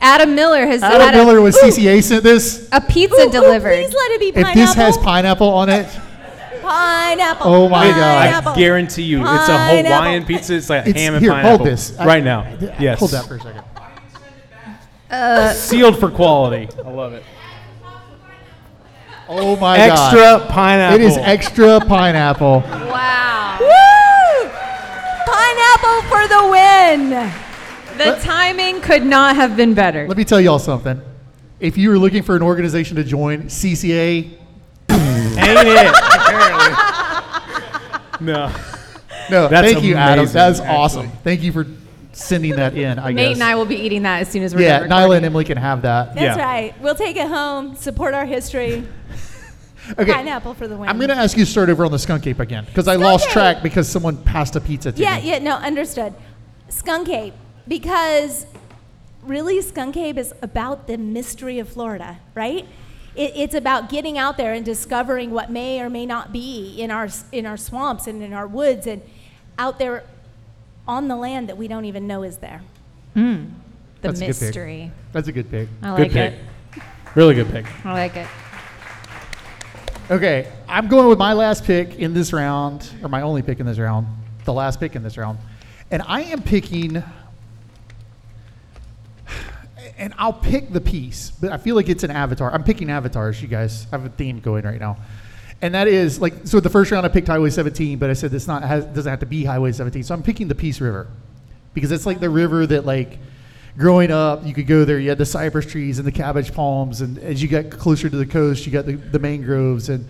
S3: Adam Miller has
S2: Adam
S3: had a-
S2: Miller with CCA sent this.
S3: a, pizza
S6: Ooh, ooh,
S3: delivered.
S6: please let it be
S2: If
S6: pineapple.
S2: this has pineapple on it,
S6: pineapple.
S2: Oh my God. I
S6: pineapple.
S4: I guarantee you, it's a
S6: Pineapple.
S4: Hawaiian pizza. It's like
S2: it's
S4: ham and
S2: here.
S4: pineapple.
S2: Hold this I-
S4: right now.
S2: I-
S4: yes.
S2: Hold that for a second.
S4: Sealed for quality. I love it.
S2: Oh my God.
S4: Extra pineapple.
S2: It is extra pineapple.
S3: wow.
S6: Woo! Pineapple for the win.
S3: The timing could not have been better.
S2: Let me tell y'all something. If you were looking for an organization to join, CCA,
S4: Ain't it? Apparently. no.
S2: no,
S4: That's
S2: thank you, Adam.
S4: amazing,
S2: That is
S4: actually.
S2: awesome. Thank you for sending that in. I
S3: Nate
S2: guess.
S3: and I will be eating that as soon as we're
S2: yeah,
S3: done
S2: Nyla
S3: recording.
S2: and Emily can have that.
S6: That's
S4: Yeah.
S6: right. We'll take it home, support our history.
S2: Okay.
S6: Pineapple for the win.
S2: I'm going to ask you to start over on the skunk ape again because I
S6: Skunk
S2: lost
S6: ape!
S2: track because someone passed a pizza to
S6: Yeah,
S2: me.
S6: yeah, no, understood. Skunk Ape, because really, Skunk Ape is about the mystery of Florida, right? It, it's about getting out there and discovering what may or may not be in our s- in our swamps and in our woods and out there on the land that we don't even know is there.
S3: The
S2: That's a good pick.
S3: mystery.
S2: That's a good pick.
S3: I
S4: Good
S3: like
S4: pick.
S3: it.
S4: Really good pick.
S3: I like it.
S2: Okay, I'm going with my last pick in this round, or my only pick in this round, the last pick in this round. And I am picking, and I'll pick the piece, but I feel like it's an avatar. I'm picking avatars, you guys. I have a theme going right now. And that is like, so the first round I picked Highway 17, but I said it's not, has, doesn't have to be Highway 17. So I'm picking the Peace River because it's like the river that like growing up you could go there you had the cypress trees and the cabbage palms and as you got closer to the coast you got the, the mangroves and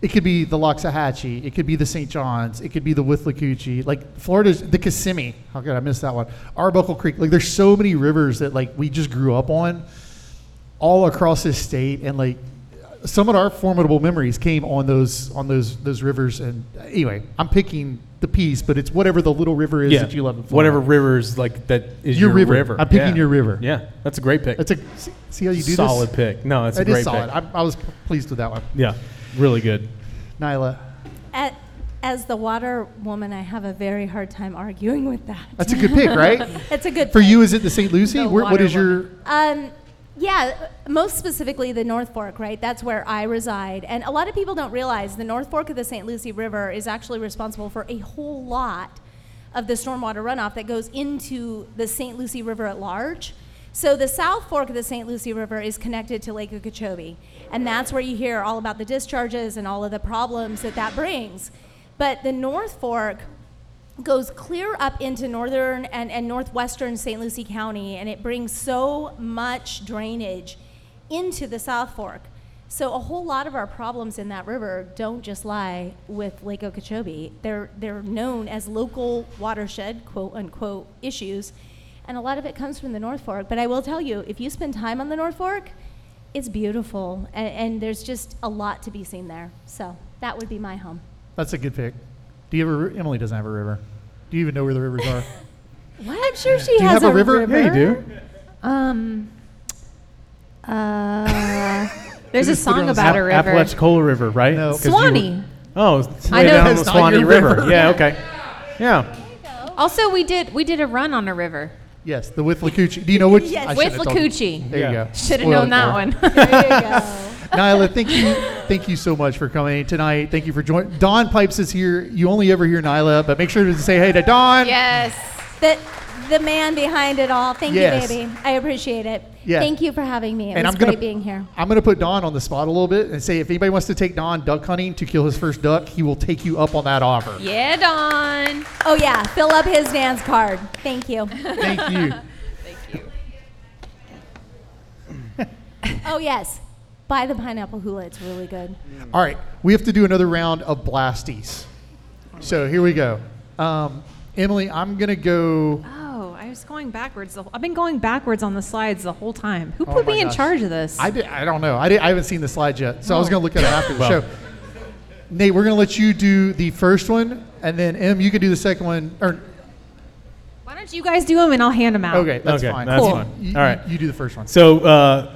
S2: it could be the Loxahatchee, it could be the St. John's, it could be the Withlacoochee, like Florida's the Kissimmee. How could I miss that one? Arbuckle Creek. Like there's so many rivers that like we just grew up on all across this state and like some of our formidable memories came on those on those those rivers and anyway, I'm picking the piece, but it's whatever the little river is
S4: yeah.
S2: that you love in Florida.
S4: Whatever rivers like that is
S2: Your
S4: your,
S2: river.
S4: river.
S2: I'm picking
S4: Yeah.
S2: your river.
S4: Yeah, that's a great pick.
S2: That's a see- see how you do
S4: solid
S2: this.
S4: pick. No, that's a
S2: It is
S4: great
S2: solid.
S4: pick.
S2: I, I was pleased with that one.
S4: yeah, really good.
S2: Nyla,
S6: At, as the water woman, I have a very hard time arguing with that.
S2: that's a good pick, right?
S6: That's a good
S2: For
S6: pick.
S2: you, is it the St. Lucie?
S3: The
S2: Where, what
S3: water
S2: is your?
S6: Um, yeah, most specifically the North Fork, right? That's where I reside. And a lot of people don't realize the North Fork of the St. Lucie River is actually responsible for a whole lot of the stormwater runoff that goes into the St. Lucie River at large. So the South Fork of the St. Lucie River is connected to Lake Okeechobee. And that's where you hear all about the discharges and all of the problems that that brings. But the North Fork goes clear up into northern and, and northwestern St. Lucie County, and it brings so much drainage into the South Fork. So a whole lot of our problems in that river don't just lie with Lake Okeechobee. They're they're known as local watershed quote unquote issues, and a lot of it comes from the North Fork. But I will tell you, if you spend time on the North Fork, it's beautiful, and, and there's just a lot to be seen there. So that would be my home.
S2: That's a good pick. Do you have a? ri- Emily doesn't have a river. Do you even know where the rivers are?
S6: I'm sure she
S2: Do you have a river?
S4: Yeah, you do.
S3: Um. Uh, there's a
S2: Just put it on
S3: song
S2: the
S3: about
S2: App-
S3: a river.
S4: Apalachicola River, right?
S2: No.
S4: 'Cause you were-
S3: Swanee.
S4: Oh, it's
S3: I
S4: way
S3: know
S4: down
S3: that's
S4: the
S2: not your
S4: Swanee River.
S2: river.
S4: Yeah, okay. Yeah.
S3: Also, we did we did a run on a river
S2: yes, the Withlacoochee. Do you know which?
S6: Yes.
S2: I
S3: with
S2: should've told you.
S3: Lacucci.
S2: There you
S4: Yeah.
S2: go.
S3: Should have
S2: Spoiled
S3: known
S2: it
S3: that
S2: for her.
S3: one.
S2: Nyla, thank you, thank you so much for coming tonight. Thank you for joining. Don Pipes is here. You only ever hear Nyla, but make sure to say hey to Don.
S3: yes.
S6: the the man behind it all. Thank
S2: Yes.
S6: you, baby. I appreciate it.
S2: Yeah.
S6: Thank you for having me. It
S2: and
S6: was
S2: I'm gonna
S6: great being here.
S2: I'm gonna put Don on the spot a little bit and say if anybody wants to take Don duck hunting to kill his first duck, he will take you up on that offer.
S3: Yeah, Don.
S6: Oh yeah, fill up his dance card. Thank you.
S2: Thank you.
S6: oh yes, buy the pineapple hula. It's really good.
S2: All right, we have to do another round of blasties. So here we go. Um, Emily, I'm gonna go.
S3: Oh, I was going backwards. The whole, I've been going backwards on the slides the whole time. Who
S2: Oh
S3: put
S2: my
S3: me in
S2: gosh.
S3: charge of this?
S2: I, did, I don't know. I, did, I haven't seen the slides yet, so I was
S3: Oh.
S2: gonna look at it after the
S4: Well.
S2: show. Nate, we're gonna let you do the first one, and then Em, you can do the second one. Or
S3: Why don't you guys do them and I'll hand them out?
S2: okay, that's
S4: Okay,
S2: fine.
S4: that's
S3: Cool. fine.
S2: You,
S4: All right.
S2: you do the first one.
S4: So, uh,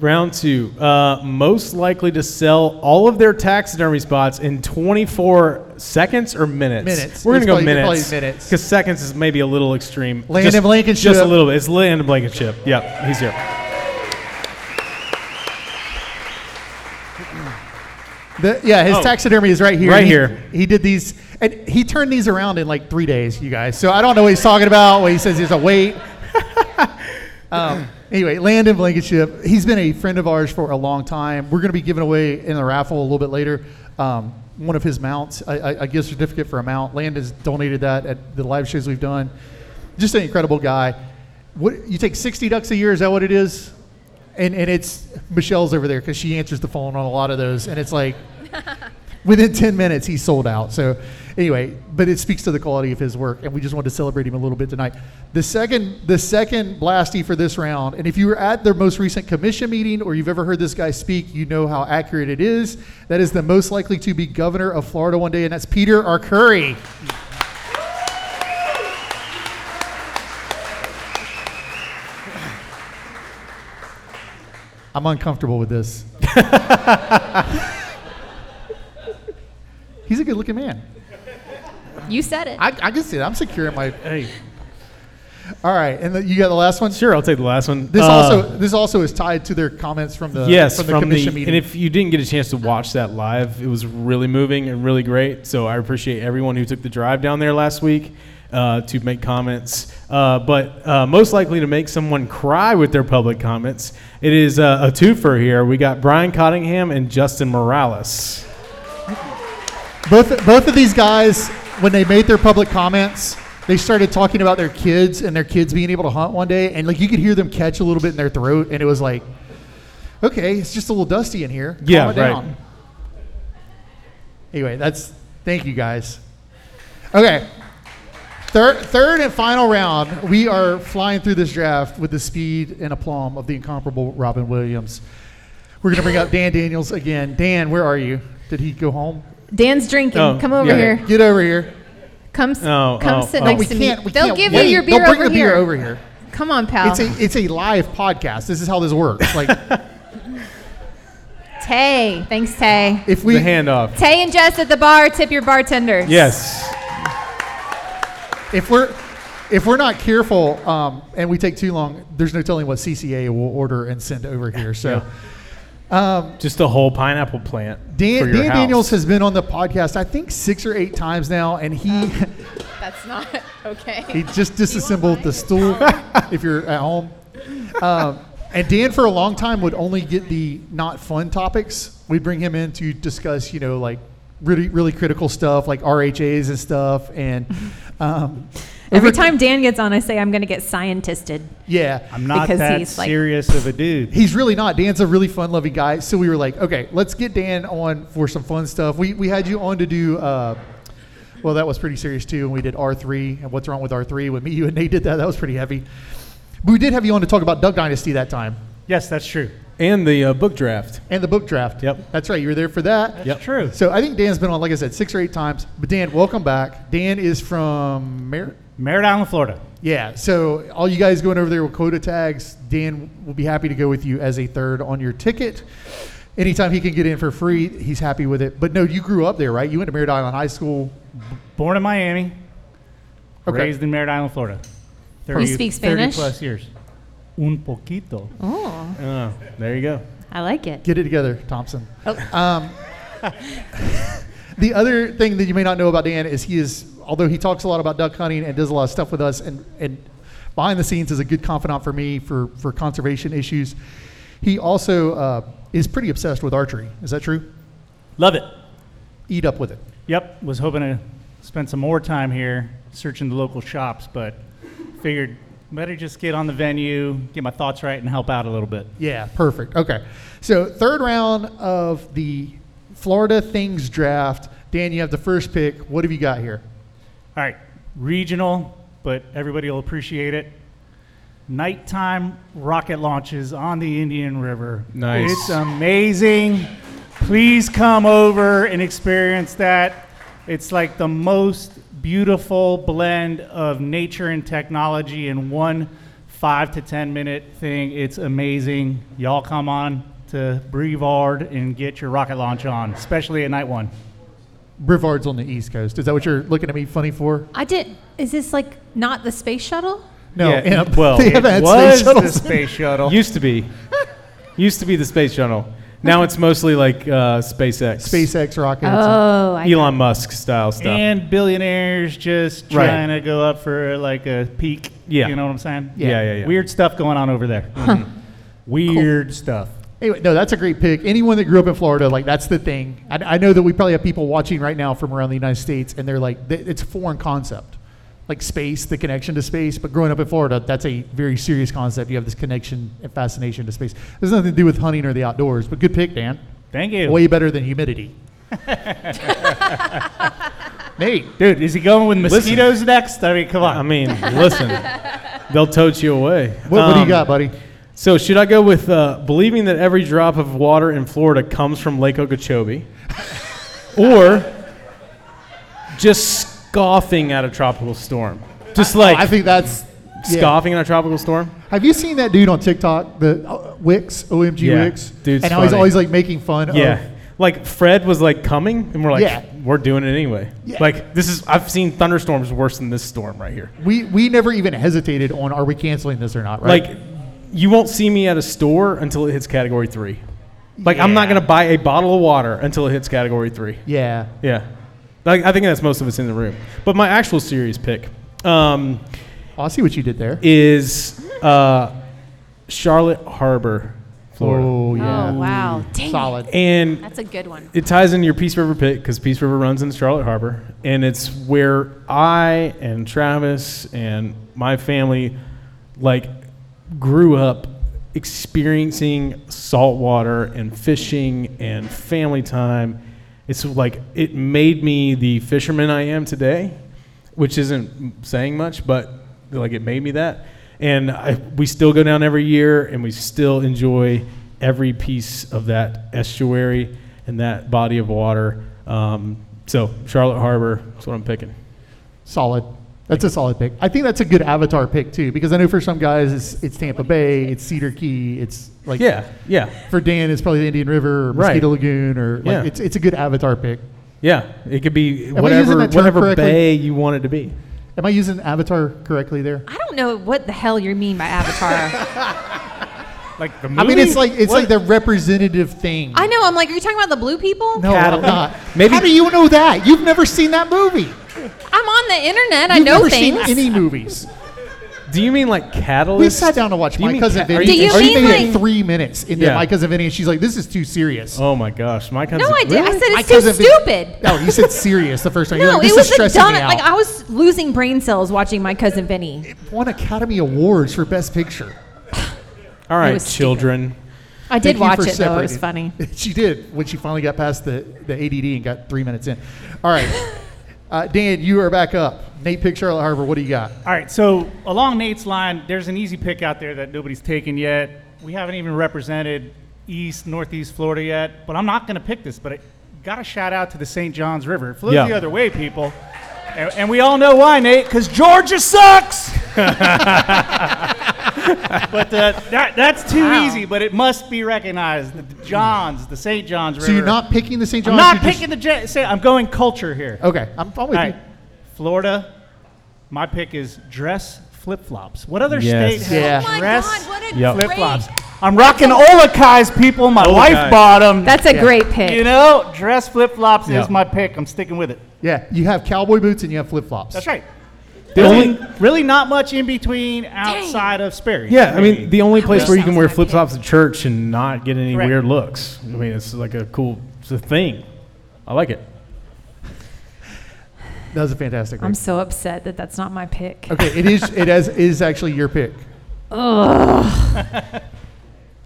S4: round two. Uh, most likely to sell all of their taxidermy spots in 24 seconds or minutes?
S2: Minutes.
S4: We're
S2: It's
S4: going to go
S2: probably-
S4: minutes.
S2: probably minutes.
S4: Because seconds is maybe a little extreme.
S2: Land
S4: Just-
S2: of Blankenship.
S4: Just a little bit. It's Land of Blankenship. Yep, he's here.
S2: The, yeah, his
S4: Oh.
S2: taxidermy is right here.
S4: Right
S2: He-
S4: here.
S2: He did these, and he turned these around in like three days, you guys. So I don't know what he's talking about. What he says is a wait. um, anyway, Landon Blankenship, he's been a friend of ours for a long time. We're going to be giving away in the raffle a little bit later um, one of his mounts, a, a, a gift certificate for a mount. Landon's donated that at the live shows we've done. Just an incredible guy. What you take sixty ducks a year? Is that what it is? And and it's Michelle's over there because she answers the phone on a lot of those, and it's like within 10 minutes he sold out so anyway but it speaks to the quality of his work and we just wanted to celebrate him a little bit tonight the second the second blasty for this round and if you were at their most recent commission meeting or you've ever heard this guy speak you know how accurate it is that is the most likely to be governor of florida one day and that's peter r curry i'm uncomfortable with this he's a good looking man
S3: You said it.
S2: i, I can see that i'm secure in my
S4: Hey,
S2: all right and the, you got the last one
S4: sure, I'll take the last one.
S2: This
S4: Uh,
S2: also this also is tied to their comments from
S1: Uh,
S2: the
S4: yes,
S2: from the commission meeting.
S4: and if you didn't get a chance to watch that live, it was really moving and really great. So I appreciate everyone who took the drive down there last week uh, to make comments. Uh, but uh, most likely to make someone cry with their public comments, it is uh, a twofer here. We got Brian Cottingham and Justin Morales.
S2: both both of these guys, when they made their public comments, they started talking about their kids and their kids being able to hunt one day, and like you could hear them catch a little bit in their throat, and it was like, okay, it's just a little dusty in here. Calm
S4: Yeah,
S2: it
S4: right.
S2: down. Anyway, that's thank you guys. Okay. Third, third and final round, we are flying through this draft with the speed and aplomb of the incomparable Robin Williams. We're going to bring up Dan Daniels again. Dan, where are you? Did he go home?
S3: Dan's drinking.
S4: Oh,
S3: come over
S4: yeah.
S3: here.
S2: Get over here.
S3: Come, s
S4: Oh,
S3: come
S4: oh,
S3: sit
S4: oh.
S3: next
S2: We
S3: to me.
S2: can't. We
S3: They'll
S2: can't
S3: give
S2: wait.
S3: you your beer
S2: They'll bring
S3: over
S2: the beer
S3: here. Oh.
S2: over here.
S3: Come on, pal.
S2: It's a it's a live podcast. This is how this works. Like
S3: Tay. Thanks, Tay.
S2: if we
S4: the handoff.
S3: Tay and Jess at the bar. Tip your bartenders.
S4: Yes.
S2: if we're if we're not careful um, and we take too long, there's no telling what CCA will order and send over here. So
S4: Just a whole pineapple plant. for
S2: Dan,
S4: your
S2: Dan
S4: house.
S2: Daniels has been on the podcast I think six or eight times now, and he
S3: Oh. That's not okay.
S2: he just disassembled the stool. if you're at home, um, and Dan for a long time would only get the not fun topics. We'd bring him in to discuss, you know, like really really critical stuff like RHAs and stuff, and um,
S3: Every
S2: over-
S3: time Dan gets on, I say I'm going to get scientisted.
S2: yeah,
S1: I'm not
S3: Because
S1: that
S3: he's like-
S1: serious of a dude.
S2: He's really not. Dan's a really fun loving guy. So we were like, okay, let's get Dan on for some fun stuff. We, we had you on to do, uh, well, that was pretty serious too. And we did R3 and what's wrong with R3. When me, you, and Nate did that, that was pretty heavy. But we did have you on to talk about Duck Dynasty that time
S1: Yes, that's true.
S4: and the uh, book draft.
S2: and the book draft.
S4: Yep.
S2: That's right. You were there for that.
S1: That's
S4: Yep.
S1: true.
S2: So I think Dan's been on, like I said, six or eight times. But Dan, welcome back. Dan is from Mer-
S1: Merritt Island, Florida.
S2: Yeah. So all you guys going over there with quota tags, Dan will be happy to go with you as a third on your ticket. Anytime he can get in for free, he's happy with it. But no, you grew up there, right? You went to Merritt Island High School.
S1: Born in Miami,
S2: Okay.
S1: raised in Merritt Island, Florida. 30
S3: speak Spanish?
S1: plus years. Un poquito.
S3: Oh,
S4: Oh, there you go.
S3: I like it.
S2: Get it together, Thompson. Um, the other thing that you may not know about Dan is he is, although he talks a lot about duck hunting and does a lot of stuff with us, and, and behind the scenes is a good confidant for me for, for conservation issues. He also uh, is pretty obsessed with archery. Is that true?
S1: Love it.
S2: Eat up with it.
S1: Yep, was hoping to spend some more time here searching the local shops, but figured better just get on the venue, get my thoughts right, and help out a little bit.
S2: Yeah, perfect. Okay. So, third round of the Florida Things draft. Dan, you have the first pick. What have you got here?
S1: All right, regional, but everybody will appreciate it. Nighttime rocket launches on the Indian River.
S4: Nice.
S1: It's amazing. Please come over and experience that. It's like the most beautiful blend of nature and technology in one five to 10 minute thing. It's amazing. Y'all come on to Brevard and get your rocket launch on, especially at night one.
S2: Brevard's on the East Coast. Is that what you're looking at me funny for?
S3: I did. Is this like not the space shuttle?
S2: No.
S4: Yeah,
S2: Amp.
S4: well,
S2: they
S4: it
S2: haven't had
S4: was
S2: space
S1: The
S2: shuttles.
S1: space shuttle.
S4: Used to be. Used to be the space shuttle. Now it's mostly like uh, SpaceX.
S2: SpaceX rockets.
S3: Oh, I
S4: Elon Musk style stuff.
S1: And billionaires just
S4: Right.
S1: trying to go up for like a peak.
S4: Yeah.
S1: You know what I'm saying?
S4: Yeah, yeah, yeah, yeah.
S1: Weird stuff going on over there. Weird stuff.
S2: Anyway, no, that's a great pick. Anyone that grew up in Florida, like that's the thing. I, I know that we probably have people watching right now from around the United States, and they're like, th- it's a foreign concept, like space, the connection to space. But growing up in Florida, that's a very serious concept. You have this connection and fascination to space. There's nothing to do with hunting or the outdoors, but good pick, Dan.
S1: Thank you.
S2: Way better than humidity. Nate,
S1: Dude, is he going with
S4: Listen.
S1: mosquitoes next? I mean, come
S4: I
S1: on.
S4: mean, listen, they'll tote you away.
S2: what, what do you
S4: Um,
S2: got, buddy?
S4: So should I go with uh, believing that every drop of water in Florida comes from Lake Okeechobee, or just scoffing at a tropical storm? Just like
S2: I think that's yeah.
S4: scoffing at a tropical storm.
S2: Have you seen that dude on TikTok, the uh, Wix, OMG
S4: Yeah,
S2: Wix?
S4: dude's
S2: and how he's
S4: funny.
S2: always like making fun
S4: Yeah,
S2: of.
S4: like Fred was like coming, and we're like,
S2: Yeah.
S4: we're doing it anyway.
S2: Yeah.
S4: Like this is I've seen thunderstorms worse than this storm right here.
S2: We we never even hesitated on are we canceling this or not, right?
S4: Like you won't see me at a store until it hits category three. Like I'm not
S2: Yeah.
S4: gonna buy a bottle of water until it hits category three.
S2: yeah.
S4: Yeah. Like, I think that's most of us in the room. But my actual serious pick um,
S2: I'll Oh, see what you did there.
S4: is uh, Charlotte Harbor, Florida.
S2: Oh yeah.
S3: Oh, wow. Dang.
S2: Solid.
S4: And
S3: That's a good one.
S4: it ties into your Peace River pick because Peace River runs in Charlotte Harbor, and it's where I and Travis and my family like grew up experiencing salt water and fishing and family time. It's like it made me the fisherman I am today, which isn't saying much, but like it made me that. And I, we still go down every year, and we still enjoy every piece of that estuary and that body of water. Um, so Charlotte Harbor, that's what I'm picking.
S2: Solid. That's a solid pick. I think that's a good avatar pick too, because I know for some guys it's, it's Tampa Bay, it's Cedar Key, it's like
S4: Yeah, yeah,
S2: For Dan, it's probably the Indian River or
S4: Right.
S2: Mosquito Lagoon, or like
S4: Yeah.
S2: it's it's a good avatar pick.
S4: yeah. It could be
S2: I using
S4: whatever
S2: that term
S4: whatever
S2: correctly?
S4: bay you want it to be.
S2: Am I using avatar correctly there?
S3: I don't know what the hell you mean by avatar.
S1: Like the
S2: I mean, it's
S1: movie?
S2: like it's like the representative thing.
S3: I know. I'm like, are you talking about the blue people?
S2: no,
S4: Cattle.
S2: I'm not.
S4: Maybe-
S2: How do you know that? You've never seen that movie.
S3: I'm on the internet. I
S2: You've
S3: know
S2: never
S3: things.
S2: seen any movies.
S4: Do you mean like catalyst?
S2: We sat down to watch
S4: Do you
S2: My
S4: mean
S2: Cousin
S4: ca- are
S2: Vinny.
S3: you- Do you
S2: and she
S3: mean
S2: made it
S3: like-
S2: three minutes into
S4: Yeah.
S2: My Cousin Vinny, and she's like, "This is too serious."
S4: Oh my gosh, my cousin.
S3: no, I did. I said
S2: My
S3: it's too
S2: Cousin Vin-
S3: stupid.
S2: No, you said serious the first time. You're
S3: No,
S2: like,
S3: it
S2: this
S3: was
S2: is
S3: the
S2: stressing
S3: dumb.
S2: me out.
S3: Like I was losing brain cells watching my cousin Vinny.
S2: Won Academy Awards for Best Picture.
S4: All
S3: It
S4: right,
S3: was stupid.
S4: children.
S3: I
S2: Thank
S3: did
S2: you
S3: watch
S2: for
S3: it though. It was
S2: separating.
S3: funny.
S2: She did when she finally got past the, the ADD and got three minutes in. All right, uh, Dan, you are back up. Nate pick Charlotte Harbor. What do you got?
S1: All right, so along Nate's line, there's an easy pick out there that nobody's taken yet. We haven't even represented East, Northeast Florida yet, but I'm not going to pick this, but I got a shout out to the St. Johns River. It flows
S4: Yeah.
S1: the other way, people. And, and we all know why, Nate, because Georgia sucks. but uh, that, that's too easy, but it must be recognized. The Johns, the St. Johns River.
S2: So you're not picking the St.
S1: I'm
S2: John's.
S1: not
S2: you just-
S1: picking the J- St. I'm going culture here.
S2: okay, I'm, I'm with
S1: All
S2: you.
S1: right, Florida. My pick is dress flip flops. What other
S4: Yes.
S1: state
S2: Yeah.
S1: has
S6: Oh my
S1: dress
S6: God, what a
S4: Yep.
S1: flip flops?
S6: great-
S1: I'm rocking Olakai's people. My
S4: Olakai.
S1: life bottom.
S3: That's a
S2: Yeah.
S3: great pick.
S1: you know, dress flip flops
S4: Yeah.
S1: is my pick. I'm sticking with it.
S2: Yeah, you have cowboy boots and you have flip flops.
S1: That's right.
S4: The
S1: Really-
S4: only-
S1: really not much in between outside of Sperry.
S4: Yeah, I mean, the only place
S3: wish
S4: where
S3: that
S4: you can
S3: was
S4: wear
S3: my
S4: flip flops at church and not get any
S1: Correct.
S4: weird looks. I mean, it's like a cool it's a thing. I like it.
S2: That was a fantastic.
S3: I'm
S2: Pick.
S3: so upset that that's not my pick.
S2: Okay, it is. It has, is actually your pick.
S3: Ugh.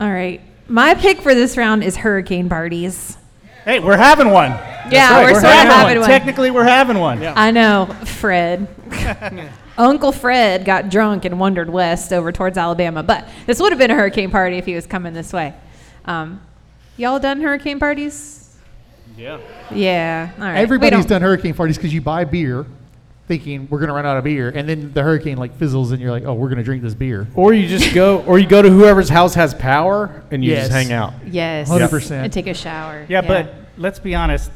S3: All right. My pick for this round is hurricane parties.
S1: Hey, we're having one.
S3: Yeah,
S1: That's right,
S3: we're sorta having one.
S1: Technically, we're having one. Yeah.
S3: I know, Fred. Uncle Fred got drunk and wandered west over towards Alabama, but this would have been a hurricane party if he was coming this way. Um, y'all done hurricane parties? Yeah. Yeah. All right. We
S2: Everybody's
S3: don't-
S2: done hurricane parties because you buy beer, thinking we're gonna run out of beer, and then the hurricane like fizzles, and you're like, oh, we're gonna drink this beer.
S4: Or you just go, or you go to whoever's house has power, and you
S2: Yes.
S4: just hang out.
S3: Yes.
S2: 100%.
S3: And take a shower.
S1: Yeah, but let's be honest.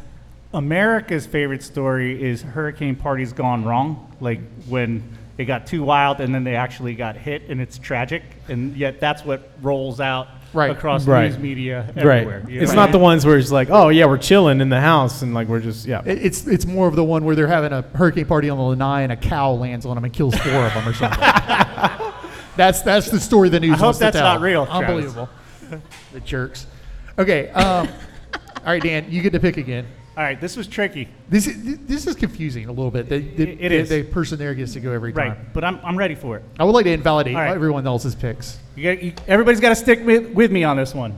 S1: America's favorite story is hurricane parties gone wrong, like when they got too wild and then they actually got hit, and it's tragic. And yet, that's what rolls out
S2: Right.
S1: across
S4: Right.
S1: news media everywhere.
S4: Right.
S1: you
S4: It's
S1: know?
S4: not the ones where it's like, oh yeah, we're chilling in the house, and like we're just yeah.
S2: It- It's it's more of the one where they're having a hurricane party on the lanai and a cow lands on them and kills four of them or something. that's that's the story the news.
S1: hope
S2: wants to
S1: that's
S2: tell.
S1: not real, Travis.
S2: Unbelievable. the jerks. Okay. Um, all right, Dan, you get to pick again.
S1: All right, this was tricky.
S2: This is, this is confusing a little bit. The, the,
S1: It- it
S2: the-
S1: is.
S2: the person there gets to go every time.
S1: Right, but I'm, I'm ready for it.
S2: I would like to invalidate
S1: All right.
S2: everyone else's picks.
S1: You got, you, everybody's got to stick with, with me on this one.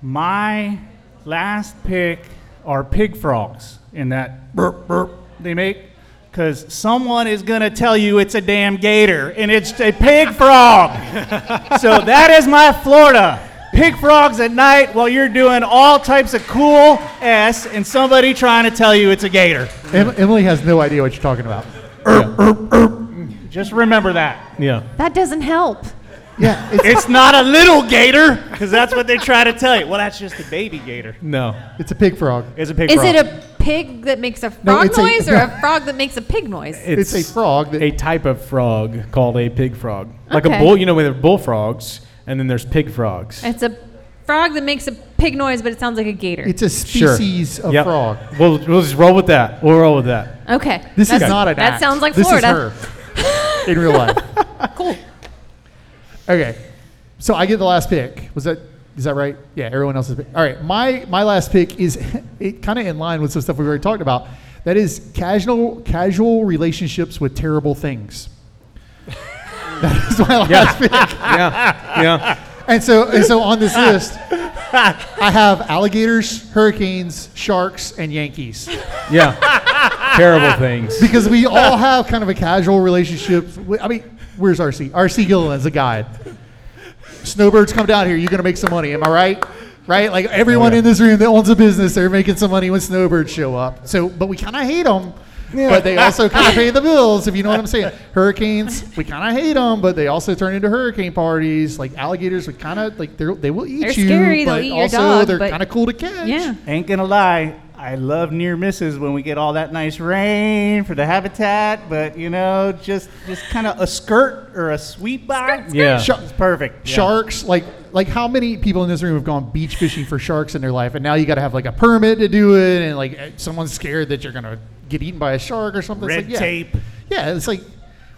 S1: My last pick
S7: are pig frogs and that burp burp they make because someone is going to tell you it's a damn gator and it's a pig frog. so that is my Florida. Pig frogs at night while you're doing all types of cool ass and somebody trying to tell you it's a gator.
S2: Em- Emily has no idea what you're talking about.
S7: Just remember that.
S4: Yeah.
S3: That doesn't help.
S2: Yeah, it's,
S7: It's not a little gator because that's what they try to tell you. Well, that's just a baby gator.
S4: No.
S2: it's a pig frog.
S7: It's a pig
S3: Is
S7: frog.
S3: it a pig that makes a frog
S2: No, it's a-
S3: noise or a frog that makes a pig noise?
S2: It's, a frog that
S4: a type of frog called a pig frog. Like
S3: Okay.
S4: a bull, you know, where there are bullfrogs and then there's pig frogs.
S3: It's a frog that makes a pig noise, but it sounds like a gator.
S2: it's a species of
S4: Yep.
S2: frog.
S4: We'll, we'll just roll with that. We'll roll with that.
S3: okay.
S2: This
S3: That's-
S2: is not an
S3: That
S2: act.
S3: sounds like
S2: this
S3: Florida.
S2: Is her in real life.
S3: Cool.
S2: Okay, so I get the last pick. Was that is that right? Yeah, everyone else's pick. All right, my my last pick is it kind of in line with some stuff we've already talked about. That is casual casual relationships with terrible things. that is my last pick.
S4: Yeah. Yeah.
S2: And so, and so on this list, I have alligators, hurricanes, sharks, and Yankees
S4: Yeah. Terrible things.
S2: because we all have kind of a casual relationship. with- I mean, where's RC? RC Gilliland's a guide. Snowbirds come down here. You're gonna make some money. Am I right? Right? Like everyone in this room that owns a business, they're making some money when snowbirds show up. So, but we kind of hate them. But they also kind of pay the bills, if you know what I'm saying. Hurricanes, we kind of hate them, but they also turn into hurricane parties. Like alligators, we kind of like they're, they will eat
S3: They're
S2: you,
S3: scary, they'll
S2: but
S3: eat your
S2: also
S3: dog,
S2: they're
S3: but-
S2: kind of cool to catch.
S3: Yeah.
S7: Ain't gonna lie, I love near misses when we get all that nice rain for the habitat, but you know, just just kind of a skirt or a sweep by.
S4: Yeah.
S2: Shark-
S7: It's perfect.
S2: sharks like like how many people in this room have gone beach fishing for sharks in their life and now you got to have like a permit to do it and like eh, someone's scared that you're gonna get eaten by a shark or something
S7: Red
S2: it's like, yeah.
S7: tape.
S2: yeah it's like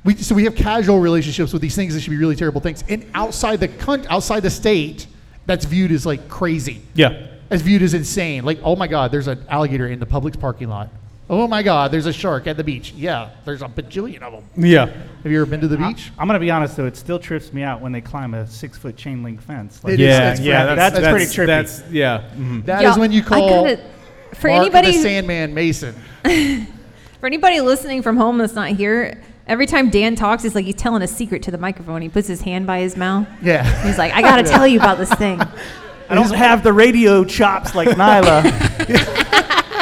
S2: we so we have casual relationships with these things that should be really terrible things and outside the cunt outside the state that's viewed as like crazy
S4: Yeah.
S2: as viewed as insane like oh my god there's an alligator in the public's parking lot oh my god there's a shark at the beach yeah there's a bajillion of them
S4: Yeah.
S2: have you ever been to the beach
S7: I'm gonna be honest though, it still trips me out when they climb a six foot chain link fence.
S2: It
S7: Like,
S2: is-
S4: Yeah.
S2: it's
S4: Yeah.
S2: freaking-
S4: That's,
S7: that's pretty trippy.
S4: That's, yeah. mhm.
S2: That is
S3: Y'all,
S2: when you
S3: I
S2: call
S3: gotta- for
S2: Mark
S3: anybody
S2: the
S3: who-
S2: Sandman Mason.
S3: For anybody listening from home that's not here, every time Dan talks, it's like he's telling a secret to the microphone. He puts his hand by his mouth.
S2: Yeah.
S3: He's like, I gotta tell you about this thing.
S7: I don't have the radio chops like Nyla.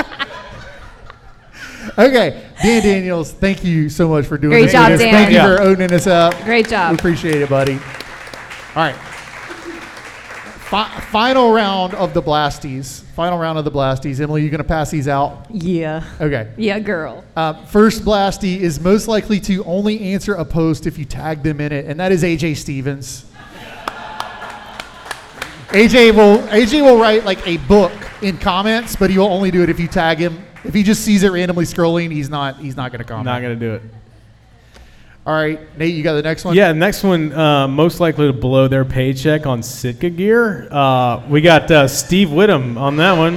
S2: okay, Dan Daniels, thank you so much for doing
S3: Great
S2: this.
S3: job,
S2: with us.
S3: Dan.
S2: Thank you
S4: Yeah.
S2: for owning us up.
S3: Great job.
S2: We appreciate it, buddy. All right. Fi- final round of the blasties. Final round of the blasties. Emily, you gonna pass these out?
S3: Yeah.
S2: Okay.
S3: Yeah, girl.
S2: Uh, first blasty is most likely to only answer a post if you tag them in it, and that is AJ Stevens. AJ will AJ will write like a book in comments, but he will only do it if you tag him. If he just sees it randomly scrolling, he's not he's not gonna comment.
S4: Not going to do it.
S2: All right, Nate, you got the next one.
S4: Yeah, next one, uh, most likely to blow their paycheck on Sitka gear. Uh, we got uh, Steve Whittem on that one.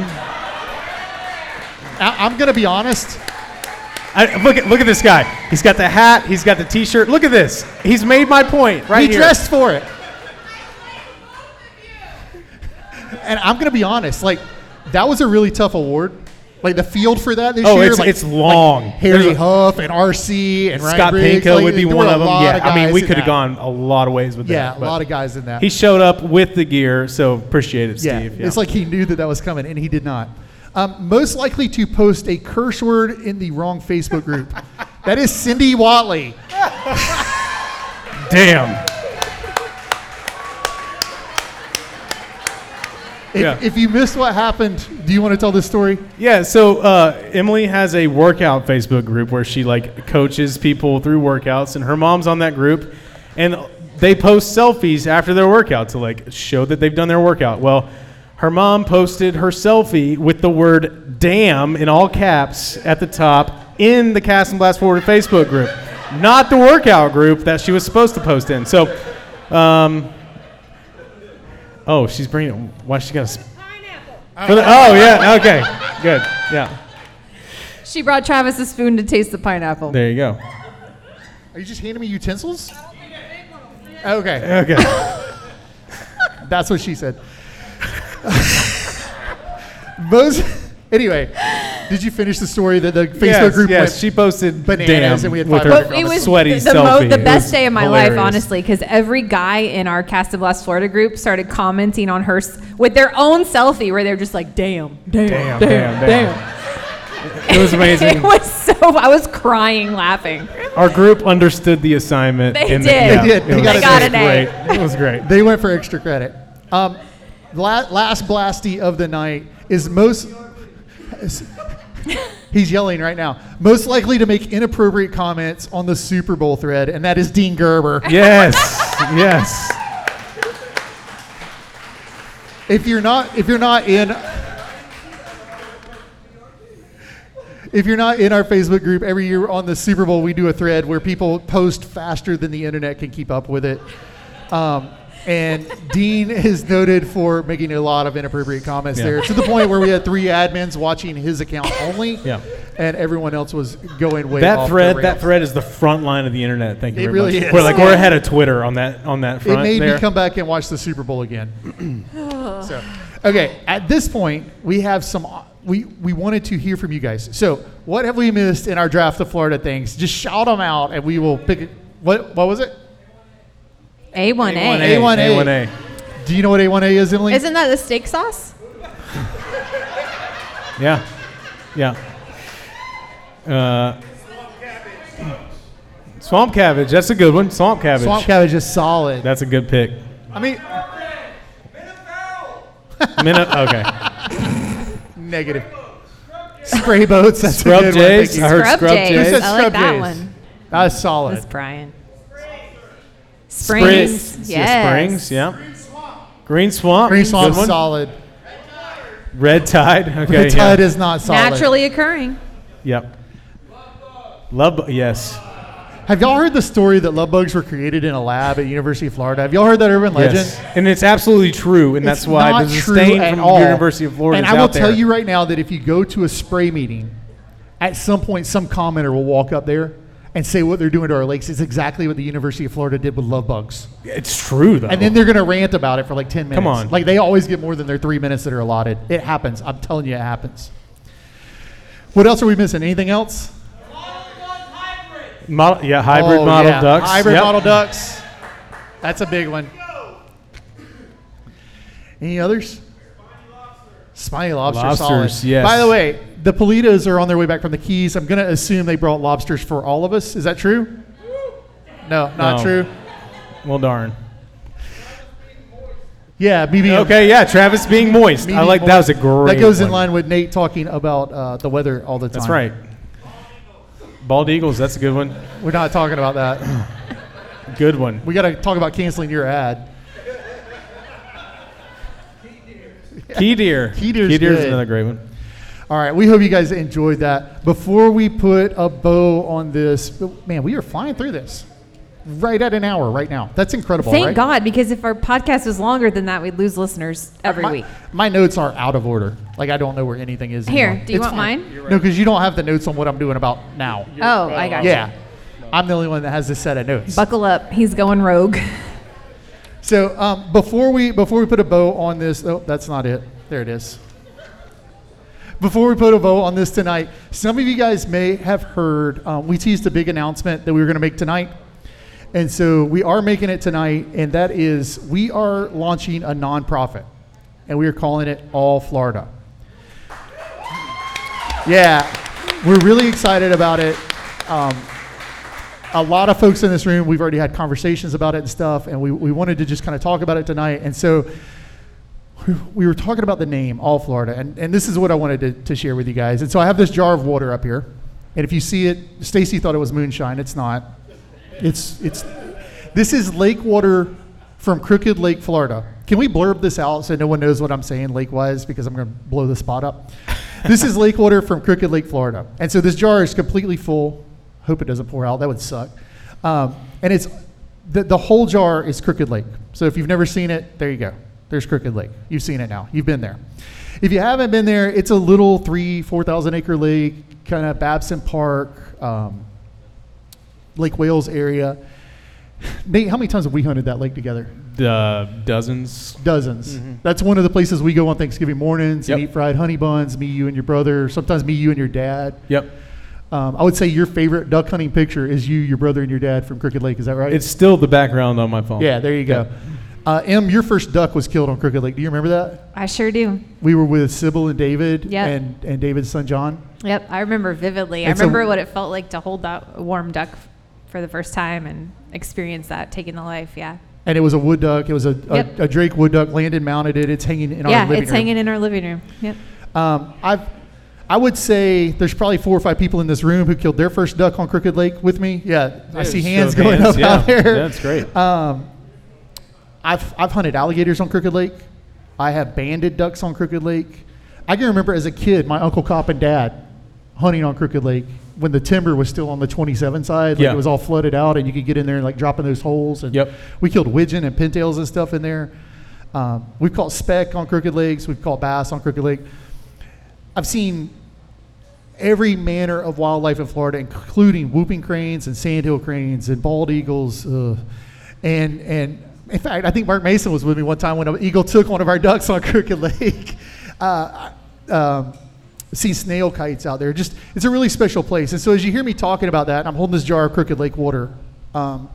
S2: I, I'm gonna be honest.
S4: I, look, at, look at this guy. He's got the hat, he's got the t shirt. Look at this. He's made my point right
S2: he
S4: here.
S2: dressed for it. And I'm gonna be honest, like that was a really tough award. Like the field for that this
S4: Oh,
S2: year,
S4: it's-
S2: like,
S4: it's long.
S2: Like Harry
S4: There's a-
S2: Huff and RC and Ryan
S4: Scott
S2: Briggs,
S4: Pinko
S2: like,
S4: would be
S2: there were
S4: one
S2: a
S4: of them.
S2: lot
S4: Yeah, I mean,
S2: guys
S4: we
S2: in
S4: could
S2: that.
S4: have gone a lot of ways with
S2: Yeah,
S4: that.
S2: a
S4: but
S2: lot of guys in that.
S4: He showed up with the gear, so appreciate it, Steve.
S2: yeah, it's like he knew that that was coming, and he did not. Um, most likely to post a curse word in the wrong Facebook group. that is Cindy Watley.
S4: damn.
S2: If,
S4: Yeah.
S2: if you missed what happened, do you want to tell this story?
S4: Yeah, so uh, Emily has a workout Facebook group where she like coaches people through workouts, and her mom's on that group, and they post selfies after their workout to like show that they've done their workout. Well, her mom posted her selfie with the word "damn" in all caps at the top in the Cast and Blast Forward Facebook group, not the workout group that she was supposed to post in. So, um, oh, she's bringing. Why she got a? Sp- for the, oh yeah, okay, good, yeah.
S3: She brought Travis a spoon to taste the pineapple.
S4: There you go.
S2: Are you just handing me utensils? Okay,
S4: Okay.
S2: that's what she said. most Anyway, did you finish the story that the Facebook
S4: yes,
S2: group
S4: yes,
S2: went?
S4: she posted
S2: bananas
S4: damn
S2: and we had
S4: with
S2: five
S4: her
S2: hundred
S3: But it was
S4: sweaty
S3: the, the,
S4: selfie.
S3: the
S4: It
S3: best
S4: was
S3: day of my life,
S4: hilarious.
S3: honestly, because every guy in our Cast of Last Florida group started commenting on her s- with their own selfie, where they were just like, "Damn, damn, damn, damn."
S7: damn, damn.
S4: It was
S3: it
S4: amazing.
S3: was so. I was crying, laughing.
S4: Our group understood the assignment.
S3: They
S4: and
S3: did.
S4: yeah,
S2: They did.
S4: it
S2: They
S4: was-
S2: got
S4: it
S2: an
S4: was
S3: A.
S4: great. It was great.
S2: They went for extra credit. Um, la- last blasty of the night is most. He's yelling right now. Most likely to make inappropriate comments on the Super Bowl thread, and that is Dean Gerber.
S4: Yes. yes.
S2: If you're not, if you're not in, if you're not in our Facebook group, every year on the Super Bowl we do a thread where people post faster than the internet can keep up with it. Um, and Dean is noted for making a lot of inappropriate comments
S4: Yeah.
S2: there to the point where we had three admins watching his account only,
S4: Yeah.
S2: and everyone else was going way off
S4: That
S2: the
S4: thread, that
S2: rails.
S4: thread is the front line of the internet. Thank you
S2: It
S4: very
S2: really
S4: much.
S2: is.
S4: We're like we're ahead of Twitter on that on that
S2: It
S4: front.
S2: made
S4: there.
S2: me come back and watch the Super Bowl again. so, okay, at this point, we have some. We we wanted to hear from you guys. So, what have we missed in our draft of Florida things? Just shout them out, and we will pick. It. What what was it?
S3: A one A.
S2: A1A.
S4: A1A. A1A.
S2: Do you know what A1A is, Emily?
S3: Isn't that the steak sauce?
S4: Yeah. Yeah. Uh, swamp cabbage. That's a good one. Swamp cabbage.
S2: Swamp cabbage is solid.
S4: That's a good pick.
S2: I mean,
S4: Minute. Okay.
S2: negative. Spray boats. That's a
S4: Scrub
S2: good one. Thank
S4: Jays.
S2: you.
S4: I heard
S3: Scrub
S4: Scrub
S3: Jays. Oh,
S4: Jays.
S2: Who said
S3: I like
S2: Scrub
S3: that
S2: Jays?
S3: one.
S2: That's
S3: That's
S2: solid.
S3: Brian. Springs.
S4: Springs.
S3: Springs.
S4: Yeah, Springs. Yeah. Green swamp.
S2: Green swamp
S4: Good one.
S2: solid.
S4: Red tide. Okay.
S2: the tide
S4: yeah.
S2: is not solid.
S3: Naturally occurring.
S4: Yep. Love. bug. Yes.
S2: Have y'all heard the story that love bugs were created in a lab at University of Florida? Have y'all heard that urban legend?
S4: Yes. And it's absolutely true, and that's
S2: It's
S4: why
S2: not
S4: there's a
S2: true
S4: stain
S2: at
S4: from
S2: all.
S4: the University of Florida.
S2: And
S4: is
S2: I will
S4: out
S2: tell
S4: there.
S2: you right now that if you go to a spray meeting, at some point some commenter will walk up there and say what they're doing to our lakes is exactly what the University of Florida did with love bugs.
S4: It's true though.
S2: And then they're going to rant about it for like 10 minutes.
S4: Come on.
S2: Like they always get more than their three minutes that are allotted. It happens. I'm telling you, it happens. What else are we missing? Anything else?
S4: model, yeah, hybrid
S2: Oh,
S4: model
S2: yeah.
S4: ducks.
S2: Hybrid
S4: Yep.
S2: model ducks. That's a big one. Any others? Spiny lobster.
S4: Lobsters,
S2: solid.
S4: yes.
S2: By the way, the Politas are on their way back from the Keys. I'm going to assume they brought lobsters for all of us. Is that true? No, not
S4: No.
S2: true.
S4: Well, darn.
S2: Yeah, BB.
S4: Okay, yeah, Travis being moist. I like that was a great.
S2: That goes in
S4: one.
S2: line with Nate talking about uh, the weather all the time.
S4: That's right. Bald eagles. That's a good one.
S2: We're not talking about that.
S4: Good one.
S2: We got to talk about canceling your ad.
S4: Key deer.
S2: Key deer's
S4: Key deer's
S2: good.
S4: another great one.
S2: All right, we hope you guys enjoyed that. Before we put a bow on this, man, we are flying through this right at an hour right now. That's incredible.
S3: Thank
S2: right?
S3: God, because if our podcast was longer than that, we'd lose listeners every
S2: My,
S3: week.
S2: my notes are out of order. Like I don't know where anything is.
S3: Here,
S2: anymore.
S3: do you
S2: It's
S3: want
S2: fine.
S3: mine?
S2: No, because you don't have the notes on what I'm doing about now.
S3: Oh, I got you.
S2: Yeah, I'm the only one that has this set of notes.
S3: Buckle up. He's going rogue.
S2: So um, before we before we put a bow on this, oh, that's not it. There it is. Before we put a bow on this tonight, some of you guys may have heard um, we teased a big announcement that we were going to make tonight, and so we are making it tonight, and that is we are launching a nonprofit, and we are calling it All Florida. Yeah, we're really excited about it. Um, a lot of folks in this room, we've already had conversations about it and stuff, and we, we wanted to just kind of talk about it tonight. And so we were talking about the name, All Florida, and, and this is what I wanted to, to share with you guys. And so I have this jar of water up here, and if you see it, Stacy thought it was moonshine. It's not. It's, it's, this is lake water from Crooked Lake, Florida. Can we blurb this out so no one knows what I'm saying lake wise because I'm going to blow the spot up? this is lake water from Crooked Lake, Florida. And so this jar is completely full. Hope it doesn't pour out. That would suck. Um, and it's the, the whole jar is Crooked Lake. So if you've never seen it, there you go. There's Crooked Lake. You've seen it now. You've been there. If you haven't been there, it's a little three, 4,000 acre lake, kind of Babson Park, um, Lake Wales area. Nate, how many times have we hunted that lake together?
S4: uh, dozens.
S2: Dozens. That's one of the places we go on Thanksgiving mornings and
S4: Mm-hmm. Yep.
S2: eat fried honey buns. Me, you, and your brother. Sometimes me, you, and your dad.
S4: Yep.
S2: Um, I would say your favorite duck hunting picture is you, your brother, and your dad from Crooked Lake. Is that right?
S4: It's still the background on my phone.
S2: yeah. There you go. Uh, M, your first duck was killed on Crooked Lake. Do you remember that?
S3: I sure do.
S2: We were with Sybil and David
S3: Yep.
S2: and and David's son John.
S3: Yep, I remember vividly. I
S2: And so-
S3: remember what it felt like to hold that warm duck for the first time and experience that, taking the life. Yeah,
S2: And it was a wood duck. It was a, a,
S3: Yep.
S2: a Drake wood duck. Landon mounted it. It's hanging in our
S3: yeah,
S2: living
S3: it's
S2: room.
S3: hanging in our living room. Yep.
S2: Um, I've, I would say there's probably four or five people in this room who killed their first duck on Crooked Lake with me. Yeah, I see
S4: Show
S2: hands
S4: of
S2: going
S4: hands,
S2: up
S4: yeah.
S2: out there.
S4: Yeah, that's great.
S2: Um, I've, I've hunted alligators on Crooked Lake. I have banded ducks on Crooked Lake. I can remember as a kid, my Uncle Cop and Dad hunting on Crooked Lake when the timber was still on the 27 side. Like
S4: Yeah.
S2: It was all flooded out, and you could get in there and like drop in those holes. And
S4: Yep.
S2: we killed widgeon and pintails and stuff in there. Um, we've caught speck on Crooked Lakes. We've caught bass on Crooked Lake. I've seen every manner of wildlife in Florida, including whooping cranes and sandhill cranes and bald eagles. Uh, and and in fact, I think Mark Mason was with me one time when an eagle took one of our ducks on Crooked Lake. Uh, I- um, see snail kites out there. Just it's a really special place. And so as you hear me talking about that, I'm holding this jar of Crooked Lake water. Um,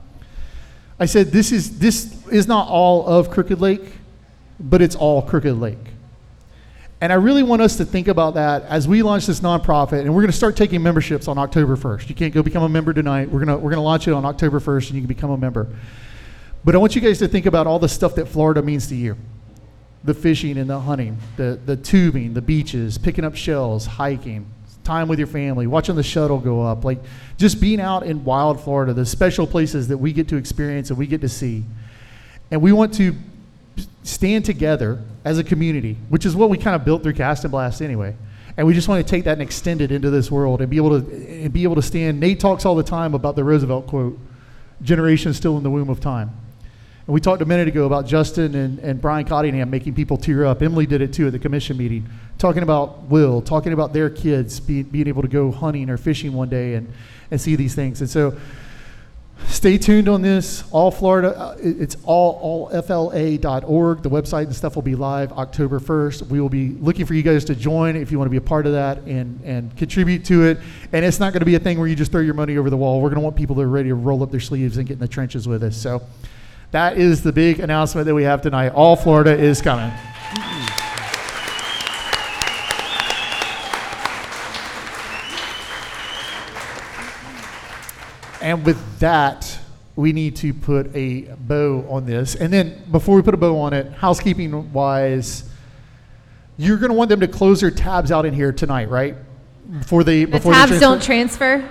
S2: I said this is this is not all of Crooked Lake, but it's all Crooked Lake. And I really want us to think about that as we launch this nonprofit, and we're going to start taking memberships on October 1st. You can't go become a member tonight. We're going to, we're going to launch it on October 1st, and you can become a member. But I want you guys to think about all the stuff that Florida means to you the fishing and the hunting, the, the tubing, the beaches, picking up shells, hiking, time with your family, watching the shuttle go up, like just being out in wild Florida, the special places that we get to experience and we get to see. And we want to stand together as a community, which is what we kind of built through Cast and Blast anyway. And we just want to take that and extend it into this world and be able to and be able to stand. Nate talks all the time about the Roosevelt quote, "Generation still in the womb of time." And we talked a minute ago about Justin and, and Brian Cottingham making people tear up. Emily did it too at the commission meeting, talking about Will, talking about their kids be, being able to go hunting or fishing one day and, and see these things. And so stay tuned on this. All Florida, uh, it- it's all, all FLA.org. The website and stuff will be live October 1st. We will be looking for you guys to join if you want to be a part of that and, and contribute to it. And it's not going to be a thing where you just throw your money over the wall. We're going to want people that are ready to roll up their sleeves and get in the trenches with us. So that is the big announcement that we have tonight. All Florida is coming. And with that, we need to put a bow on this. And then before we put a bow on it, housekeeping wise, you're going to want them to close their tabs out in here tonight, right? Before they
S3: The
S2: before they
S3: tabs
S2: transfer-
S3: don't transfer.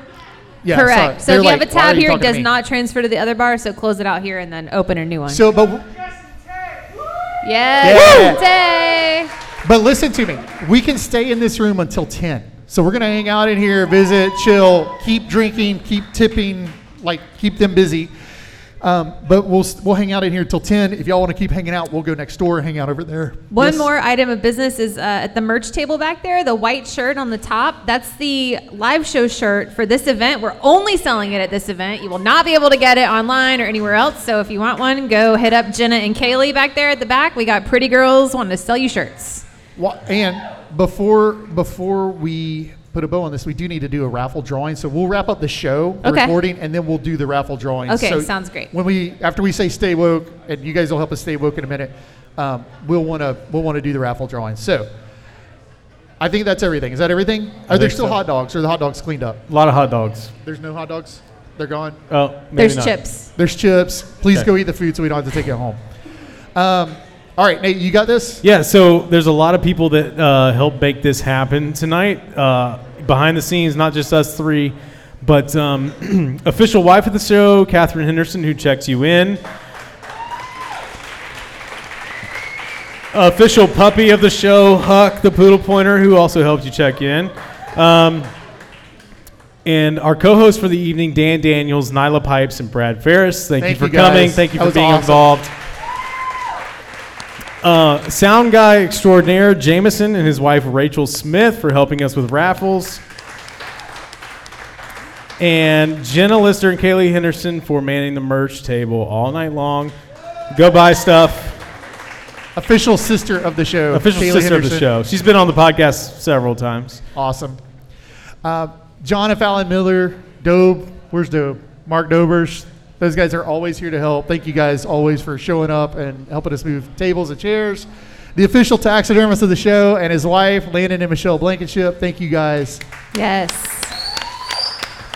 S2: Yeah, sorry.
S3: Correct. So
S2: They're
S3: if you have a
S2: like, "Why are
S3: tab
S2: you
S3: here, it
S2: talking to
S3: does
S2: me?"
S3: not transfer to the other bar. So close it out here and then open a new one.
S2: So, but
S3: yes, Tay.
S2: But listen to me. We can stay in this room until 10. So we're going to hang out in here, visit, chill, keep drinking, keep tipping, like keep them busy. Um, but we'll, we'll hang out in here till 10. If y'all want to keep hanging out, we'll go next door and hang out over there.
S3: One
S2: Yes.
S3: more item of business is uh, at the merch table back there, the white shirt on the top. That's the live show shirt for this event. We're only selling it at this event. You will not be able to get it online or anywhere else. So if you want one, go hit up Jenna and Kaylee back there at the back. We got pretty girls wanting to sell you shirts.
S2: Well, and before before we put a bow on this, we do need to do a raffle drawing. So we'll wrap up the show the
S3: Okay.
S2: recording, and then we'll do the raffle drawing.
S3: Okay,
S2: So
S3: sounds great.
S2: When we after we say stay woke, and you guys will help us stay woke in a minute, um, we'll wanna we'll wanna do the raffle drawing. So I think that's everything. Is that everything? Are there
S4: think
S2: still
S4: so.
S2: hot dogs? Are the hot dogs cleaned up?
S4: A lot of hot dogs.
S2: There's no hot dogs. They're gone.
S4: Oh, maybe
S3: There's
S4: not.
S3: chips.
S2: There's chips. Please
S4: Okay.
S2: go eat the food so we don't have to take it home. Um, all right, Nate, you got this.
S4: Yeah, so there's a lot of people that uh, helped make this happen tonight. Uh, behind the scenes, not just us three, but um, official wife of the show, Catherine Henderson, who checks you in. official puppy of the show, Huck the Poodle Pointer, who also helped you check in. Um, and our co-hosts for the evening, Dan Daniels, Nyla Pipes, and Brad Ferris. Thank,
S2: Thank
S4: you for
S2: you guys.
S4: coming. Thank you
S2: That
S4: for
S2: was
S4: being
S2: awesome.
S4: involved. Uh, sound guy extraordinaire Jameson and his wife Rachel Smith for helping us with raffles. And Jenna Lister and Kaylee Henderson for manning the merch table all night long. Go buy stuff.
S2: Official sister of the show.
S4: Official
S2: Kaylee
S4: sister of the
S2: Henderson.
S4: show. She's been on the podcast several times.
S2: Awesome. Uh, John F. Allen Miller, Dobe. Where's Dobe? Mark Dobers. Those guys are always here to help. Thank you guys always for showing up and helping us move tables and chairs. The official taxidermist of the show and his wife, Landon and Michelle Blankenship. Thank you guys.
S3: Yes.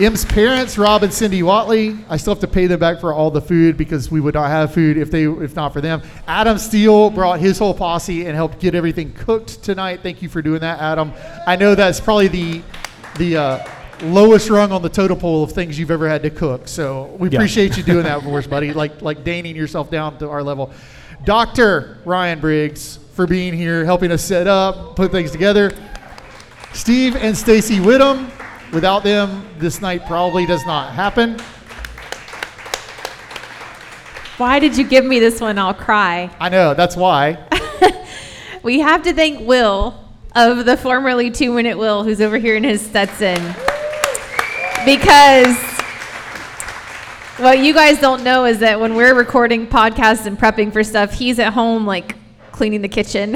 S2: M's parents, Rob and Cindy Watley. I still have to pay them back for all the food because we would not have food if they if not for them. Adam Steele brought his whole posse and helped get everything cooked tonight. Thank you for doing that, Adam. I know that's probably the the uh, lowest rung on the totem pole of things you've ever had to cook. So we
S4: Yeah.
S2: appreciate you doing that for us, buddy. Like like deigning yourself down to our level. Doctor Ryan Briggs for being here, helping us set up, put things together. Steve and Stacy Whittem. Without them, this night probably does not happen.
S3: Why did you give me this one? I'll cry.
S2: I know, that's why.
S3: We have to thank Will of the formerly Two Minute Will, who's over here in his Stetson. Because what you guys don't know is that when we're recording podcasts and prepping for stuff, he's at home, like cleaning the kitchen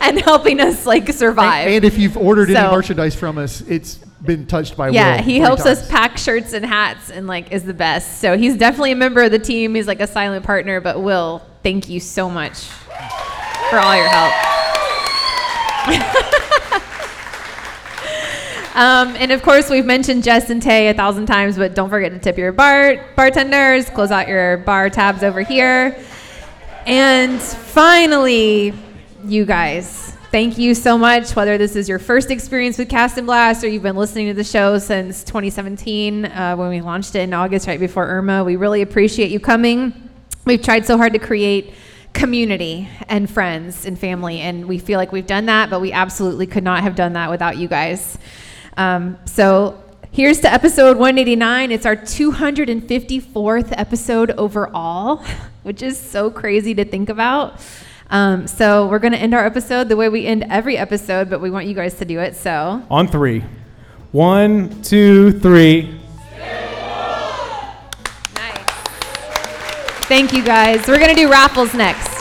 S3: and helping us, like, survive.
S2: And, and if you've ordered any
S3: So-
S2: merchandise from us, it's been touched by Will.
S3: yeah, he
S2: three
S3: helps us
S2: times.
S3: pack shirts and hats and, like, is the best. So he's definitely a member of the team. He's like a silent partner. But, Will, thank you so much for all your help. Um, and of course, we've mentioned Jess and Tay a thousand times, but don't forget to tip your bar bartenders. Close out your bar tabs over here. And finally, you guys, thank you so much. Whether this is your first experience with Cast and Blast or you've been listening to the show since 2017 uh, when we launched it in August, right before Irma, we really appreciate you coming. We've tried so hard to create community and friends and family, and we feel like we've done that, but we absolutely could not have done that without you guys. Um, so Here's to episode 189. It's our 254th episode overall, which is so crazy to think about. Um, so we're going to end our episode the way we end every episode, but we want you guys to do it. So
S4: On three. One, two, three.
S3: nice. Thank you guys. We're going to do raffles next.